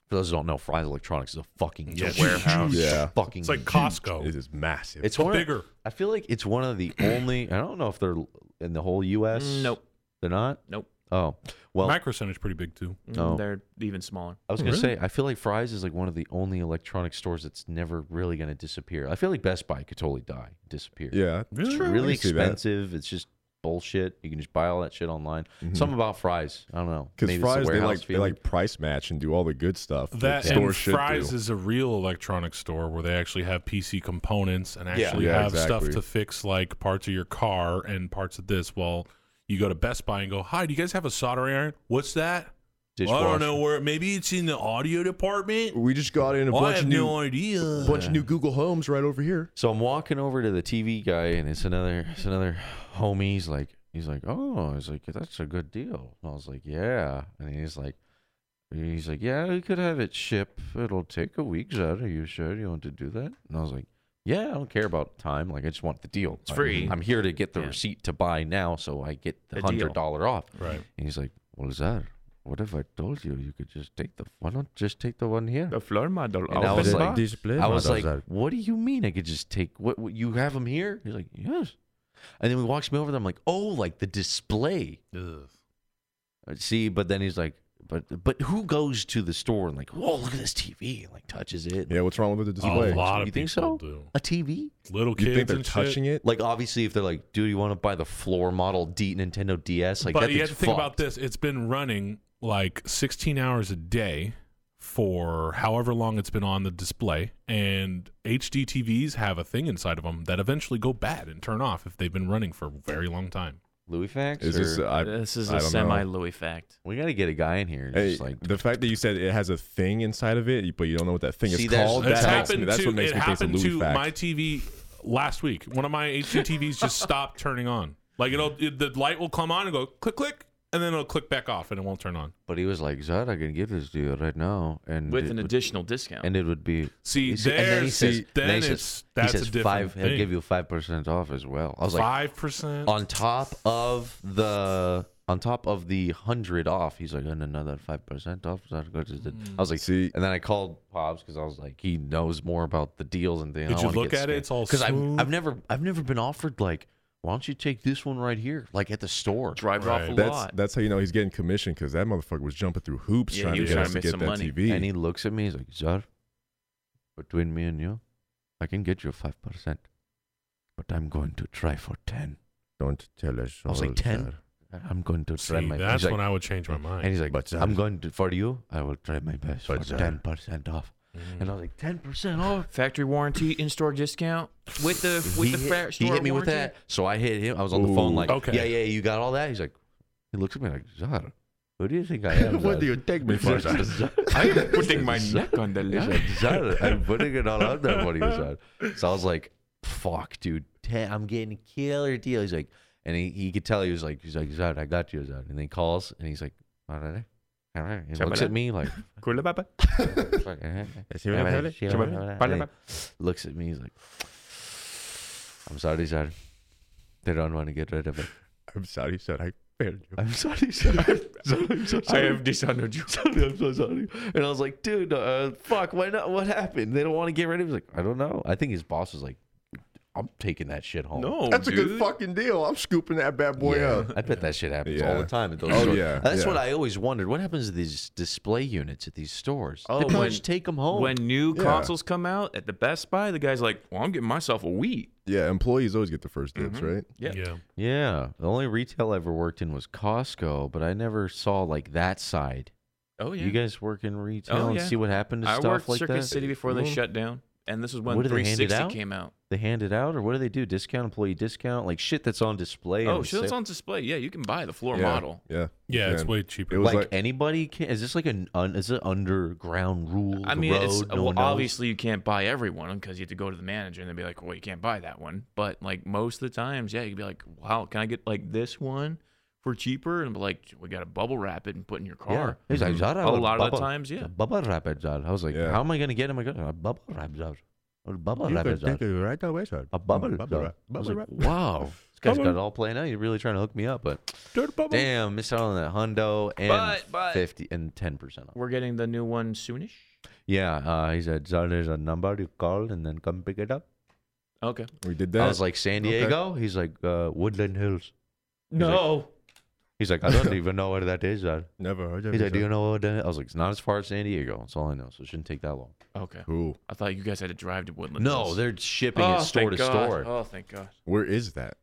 A: For those who don't know, Fry's Electronics is a fucking
B: Yes.
A: warehouse.
C: Yeah.
A: fucking
B: It's like Costco.
C: It is massive.
A: it's one of-
B: bigger.
A: I feel like it's one of the only. I don't know if they're in the whole U.S.
E: Nope.
A: they're not.
E: Nope.
A: Oh well,
B: Micro Center's pretty big too.
A: No.
E: Mm, They're even smaller.
A: I was gonna say I feel like Fry's is like one of the only electronic stores that's never really gonna disappear. I feel like Best Buy could totally die, disappear.
C: yeah, it's
A: it's really
C: I can see that.
A: expensive. It's just bullshit. You can just buy all that shit online. Something about Fry's. I don't know.
C: Because
A: Maybe it's the
C: fries, they
A: warehouse
C: like they
A: feeling.
C: like price match and do all the good stuff.
B: That
C: store
B: and
C: should
B: Fry's
C: do.
B: is a real electronic store where they actually have PC components and actually
C: Yeah,
B: have
C: exactly.
B: stuff to fix like parts of your car and parts of this. Well, you go to Best Buy and go, "Hi, do you guys have a soldering iron? What's that? Well, I
A: Dishwasher.
B: don't know where. Maybe it's in the audio department.
C: We just got in a
B: I
C: bunch
B: have
C: of new
B: no idea.
C: bunch of new Google Homes right over here.
A: So I'm walking over to the TV guy, and it's another, it's another homie. He's like, he's like, oh, he's like, that's a good deal. And I was like, yeah. And he's like, he's like, yeah, we could have it ship. It'll take a week. Zed. Are you sure you want to do that? And I was like, yeah, I don't care about time. Like, I just want the deal. It's
E: free.
A: I'm here to get the
E: Yeah.
A: receipt to buy now, so I get the
E: The deal.
A: hundred dollar off.
B: Right.
A: And he's like, well, Zed, what if I told you you could just take the? Why not just take the one here?
E: The floor model.
A: And I was like,
C: display
A: I was like,
C: models
A: what do you mean? I could just take what, what you have them here? He's like, yes. And then he walks me over there. I'm like, oh, like the display. Uh, See, but then he's like, but but who goes to the store and like, whoa, look at this TV and like touches it?
C: Yeah, what's wrong with the display?
B: A lot of
A: You think
B: people
A: so?
B: do.
A: A TV?
B: Little
C: you
B: kids
C: think they're
B: and shit.
C: touching it?
A: Like obviously, if they're like, dude, you want to buy the floor model D Nintendo DS? Like
B: but
A: that
B: you have
A: thing's
B: to think about
A: fucked.
B: this. It's been running like 16 hours a day for however long it's been on the display, and HD TVs have a thing inside of them that eventually go bad and turn off if they've been running for a very long time.
A: Louis facts.
C: Is this?
A: or-
B: uh,
C: I,
E: this is
C: I
E: a
C: don't know.
E: semi Louis fact.
A: we got to get a guy in here.
C: Hey,
A: Just like
C: the fact that you said it has a thing inside of it, but you don't know what that thing
A: See,
C: is
A: that's-
C: called.
A: that's
C: That
A: happened
C: makes me, that's what makes
B: it
C: me think it's a
B: happened
C: Louis
B: to
C: fact.
B: my TV last week. One of my HD TVs just stopped turning on. Like it'll it, the light will come on and go click click, and then it'll click back off and it won't turn on.
A: But he was like, Zod, I can give this to you right now, and
E: With
A: it
E: an
A: would-
E: additional discount.
A: and it would be
B: See,
A: You see,
B: there's, then
A: he
B: it's
A: says-
B: that's
A: he says
B: a different
A: five. He'll
B: thing.
A: give you five percent off as well. I was like,
B: five percent.
A: on top of the on top of the hundred off, he's like, "Oh, and another five percent off. So I go to the- I
B: Mm.
A: was like,
C: See-
A: and then I called Pops because I was like, he knows more about the deals and things.
B: Did you look at it? It's all
A: because I've,
B: smooth?
A: I've never I've never been offered like, why don't you take this one right here, like at the store?
E: Drive off a
B: Right.
C: That's
E: lot.
C: that's how you know he's getting commission because that motherfucker was jumping through hoops
E: Yeah,
C: trying
E: he
C: to
E: was
C: get
E: trying
C: us
E: to
C: to
E: make
C: get
E: some
C: that
E: money.
C: TV.
A: And he looks at me. He's like, Zar, between me and you, I can get you five percent, but I'm going to try for ten.
C: don't tell us.
A: I was like,
C: all,
A: 10?
C: Zara.
A: I'm going to try
B: See,
A: my.
B: that's
A: he's
B: when
A: like,
B: I would change my mind.
A: and he's like,
C: But,
A: I'm
C: uh,
A: going to, for you. I will try my best for
C: But, uh,
A: ten percent off.
B: Mm.
A: And I was like, ten percent off.
E: Factory warranty, in store discount with the with
A: he
E: the
A: hit,
E: fa-
A: he
E: store
A: hit me with
E: warranty?
A: that, so I hit him. I was on the phone
C: Ooh.
A: like,
B: Okay.
A: yeah, yeah, you got all that. He's like, he looks at me like, Zara, who do you think I am?
C: What do you take me for? Zara?
E: I'm putting my neck on the
A: He's
E: line.
A: like, Zara, I'm putting it all out there for you, Zara. So I was like, fuck, dude, 10, I'm getting a killer deal. He's like, and he, he could tell he was like, he's like, Zara, I got you, Zara. And then he calls and he's like, all right, all right. He looks at me like,
E: Cool, Papa.
A: Fuck, eh, eh, eh. looks at me. He's like, I'm sorry, sir. They don't want to get rid of it.
C: I'm sorry, sir. I failed you.
A: I'm sorry, sir. I'm so
E: I
A: sorry.
E: have dishonored you.
A: sorry, I'm so sorry. And I was like, dude, uh, fuck, why not? What happened? They don't want to get rid of it. He's like, I don't know. I think his boss was like, I'm taking that shit home.
E: No, uh,
C: That's a
E: dude.
C: good fucking deal. I'm scooping that bad boy
A: Yeah,
C: up.
A: I bet that shit happens all
C: Yeah.
A: the time at those
C: Oh,
A: stores.
C: yeah,
A: That's what
C: yeah.
A: I always wondered. What happens to these display units at these stores?
E: Oh,
A: they pretty
E: when-
A: much take them home.
E: When new
C: Yeah.
E: consoles come out at the Best Buy, the guy's like, "Well, I'm getting myself a Wii." Mm-hmm.
C: Yeah, employees always get the first
A: Mm-hmm.
C: dibs, right?
E: Yeah.
B: yeah.
A: Yeah, the only retail I ever worked in was Costco, but I never saw like that side.
E: Oh yeah.
A: You guys work in retail
E: Oh,
A: and
E: yeah.
A: see what happened to
E: I
A: stuff
E: worked
A: like
E: Circuit
A: that. Oh.
E: City before they shut down. and this was when
A: What do they hand it
E: 360
A: out?
E: came out.
A: They hand it out, or what do they do? Discount employee discount, like shit that's on display.
E: Oh,
A: shit
E: so it's on display. Yeah, you can buy the floor
C: yeah,
E: model.
C: Yeah.
B: Yeah, it's
C: Man.
B: way
C: It
B: cheaper.
C: was
A: Like,
C: like,
A: anybody can. Is this like an un, is it underground rule?
E: I
A: the
E: mean,
A: road,
E: it's,
A: no
E: well,
A: one knows?
E: obviously you can't buy everyone because you have to go to the manager and they'd be like, "Well, you can't buy that one." But like most of the times, yeah, you'd be like, "Wow, can I get like this one for cheaper?" And be like, "We got to bubble wrap it and put it in your
A: Yeah.
E: car."
A: He's like, "Zara,
E: A
A: I would
E: lot of the
A: bubble-
E: times, yeah.
A: Bubble wrap it, Zara." I was like,
C: Mm-hmm. Yeah.
A: how am I going to get him? I got a bubble wrap, Zara. Or bubble wrap it, Zara.
C: right away, sir.
A: A bubble,
C: Bubble
A: Zara.
C: wrap.
A: I was
C: Bubble
A: like,
C: wrap.
A: wow. This guy's got it all planned out. You're really trying to hook me up, but
C: Dirt bubble.
A: damn, missed out on that hundo and
E: But- but-
A: 50 and 10% off.
E: We're getting the new one soonish.
A: Yeah, uh, he said, so there's a number to call and then come pick it up.
E: Okay.
C: We did that.
A: I was like, San
C: okay.
A: Diego? He's like, uh, Woodland Hills.
E: No.
A: He's like, I don't even know where that is. uh."
C: never heard of
A: He's
C: it,
A: like, do
C: sir.
A: you know what that is? I was like, it's not as far as San Diego. That's all I know, so it shouldn't take that long.
E: okay.
C: Cool.
E: I thought you guys had to drive to Woodland.
A: No,
E: Hills.
A: they're shipping
E: oh,
A: it store
E: thank
A: to
E: God.
A: store.
E: Oh, thank God.
C: Where is that?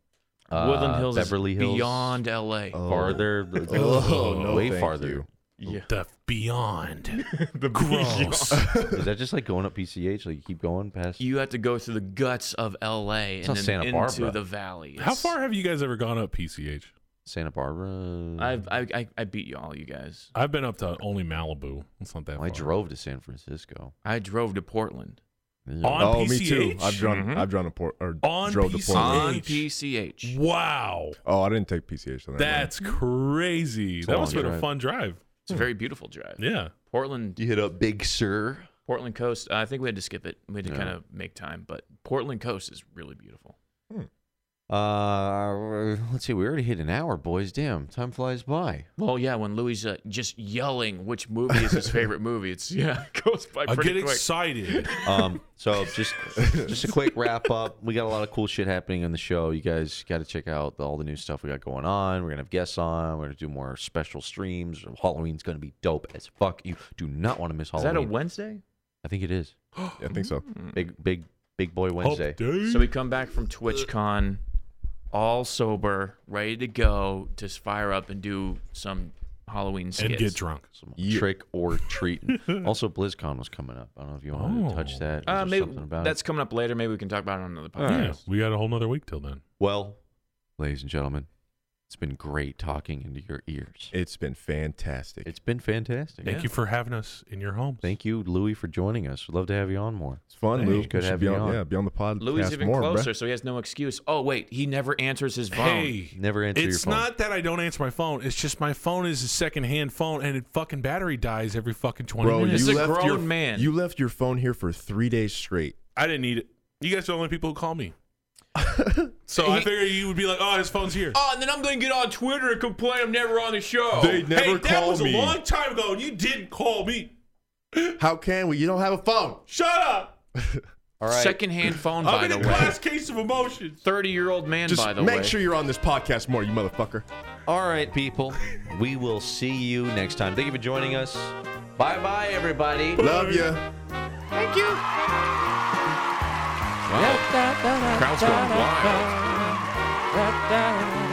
A: Uh,
E: Woodland Hills
A: Beverly
E: is
A: Hills, Oh.
E: beyond LA.
A: farther,
C: Oh, no,
A: way
C: thank
A: farther.
C: you.
E: Yeah.
B: The beyond. the gross.
A: Is that just like going up PCH? Like you keep going past?
E: You have to go through the guts of LA
A: not
E: and then
A: Santa
E: into
A: Barbara.
E: the valley.
B: How
E: It's-
B: far have you guys ever gone up PCH?
A: Santa Barbara.
E: I've, I, I I beat you all, you guys.
B: I've been up to only Malibu. It's not that
A: I
B: far.
A: drove to San Francisco.
E: I drove to Portland
B: On
C: oh,
B: PCH?
C: me too. I've drawn.
A: Mm-hmm.
E: Mhm.
C: I've drawn a port or
B: On
C: drove to
B: PCH.
C: Portland.
E: on
B: H.
E: PCH.
B: Wow.
C: Oh, I didn't take PCH. On that
B: That's crazy.
A: a
B: That
A: long
B: must have been a
A: drive.
B: fun drive.
E: It's a very beautiful drive.
B: Yeah.
E: Portland,
A: You hit up Big Sur.
E: Portland Coast. I think we had to skip it. We had to kind of make time, but Portland Coast is really beautiful.
A: Uh, let's see. We already hit an hour, boys. Damn, time flies by.
E: Well, yeah, when Louis uh, just yelling which movie is his favorite movie, it's yeah, it goes by
B: I
E: pretty
B: get
E: quick.
B: excited.
A: Um, so just just a quick wrap up. We got a lot of cool shit happening on the show. You guys got to check out the, all the new stuff we got going on. We're gonna have guests on. We're gonna do more special streams. Halloween's gonna be dope as fuck. You do not want to miss
E: Is
A: Halloween.
E: that a Mm. Wednesday?
A: I think it is
C: one. Yeah, I think so.
E: Mm-hmm.
A: big big big boy
B: Hump
A: Wednesday.
B: day.
E: So we come back from TwitchCon, all sober, ready to go to fire up and do some Halloween skits.
B: and get drunk.
A: Some Trick or treating. also, BlizzCon was coming up. I don't know if you wanted to touch that.
E: Uh,
A: Is there
E: maybe
A: something about it?
E: that's coming up later. Maybe we can talk about it on another podcast.
B: Yeah, we got a whole nother week till then.
A: Well, ladies and gentlemen, it's been great talking into your ears.
C: It's been fantastic.
A: It's been fantastic.
B: Thank you for having us in your home.
A: Thank you, Louis, for joining us. We'd love to have you on more.
C: It's fun,
A: Hey,
C: Lou.
A: good
C: You should
A: having
C: be
A: you
C: on,
A: on.
C: Yeah, be on the pod.
E: Louis is even
C: more, bruh.
E: closer, so he has no excuse. Oh wait, he never answers his phone.
B: Hey,
A: Never answer your
B: it's
A: phone.
B: not that I don't answer my phone. It's just my phone is a secondhand phone, and it fucking battery dies every fucking twenty
C: Bro,
B: minutes.
C: you
E: a
C: left your,
E: grown man.
C: You left your phone here for three days straight.
B: I didn't need it. You guys are the only people who call me. so I figured you would be like, "Oh, his phone's here."
E: Oh, and then I'm gonna get on Twitter and complain I'm never on the show.
C: They never
B: hey, that
C: call
B: was
C: me.
B: a long time ago, and you didn't call me.
C: How can we? You don't have a phone.
B: Shut up.
A: All right.
E: Secondhand phone, by
B: I'm
E: the
B: in a
E: way.
B: glass case of emotions.
E: Thirty-year-old man,
C: Just
E: by the
C: make
E: way.
C: sure you're on this podcast more, you motherfucker.
A: All right, people. We will see you next time. Thank you for joining us. Bye bye, everybody.
C: Love you.
E: Crowd's going wild.
G: Da-da.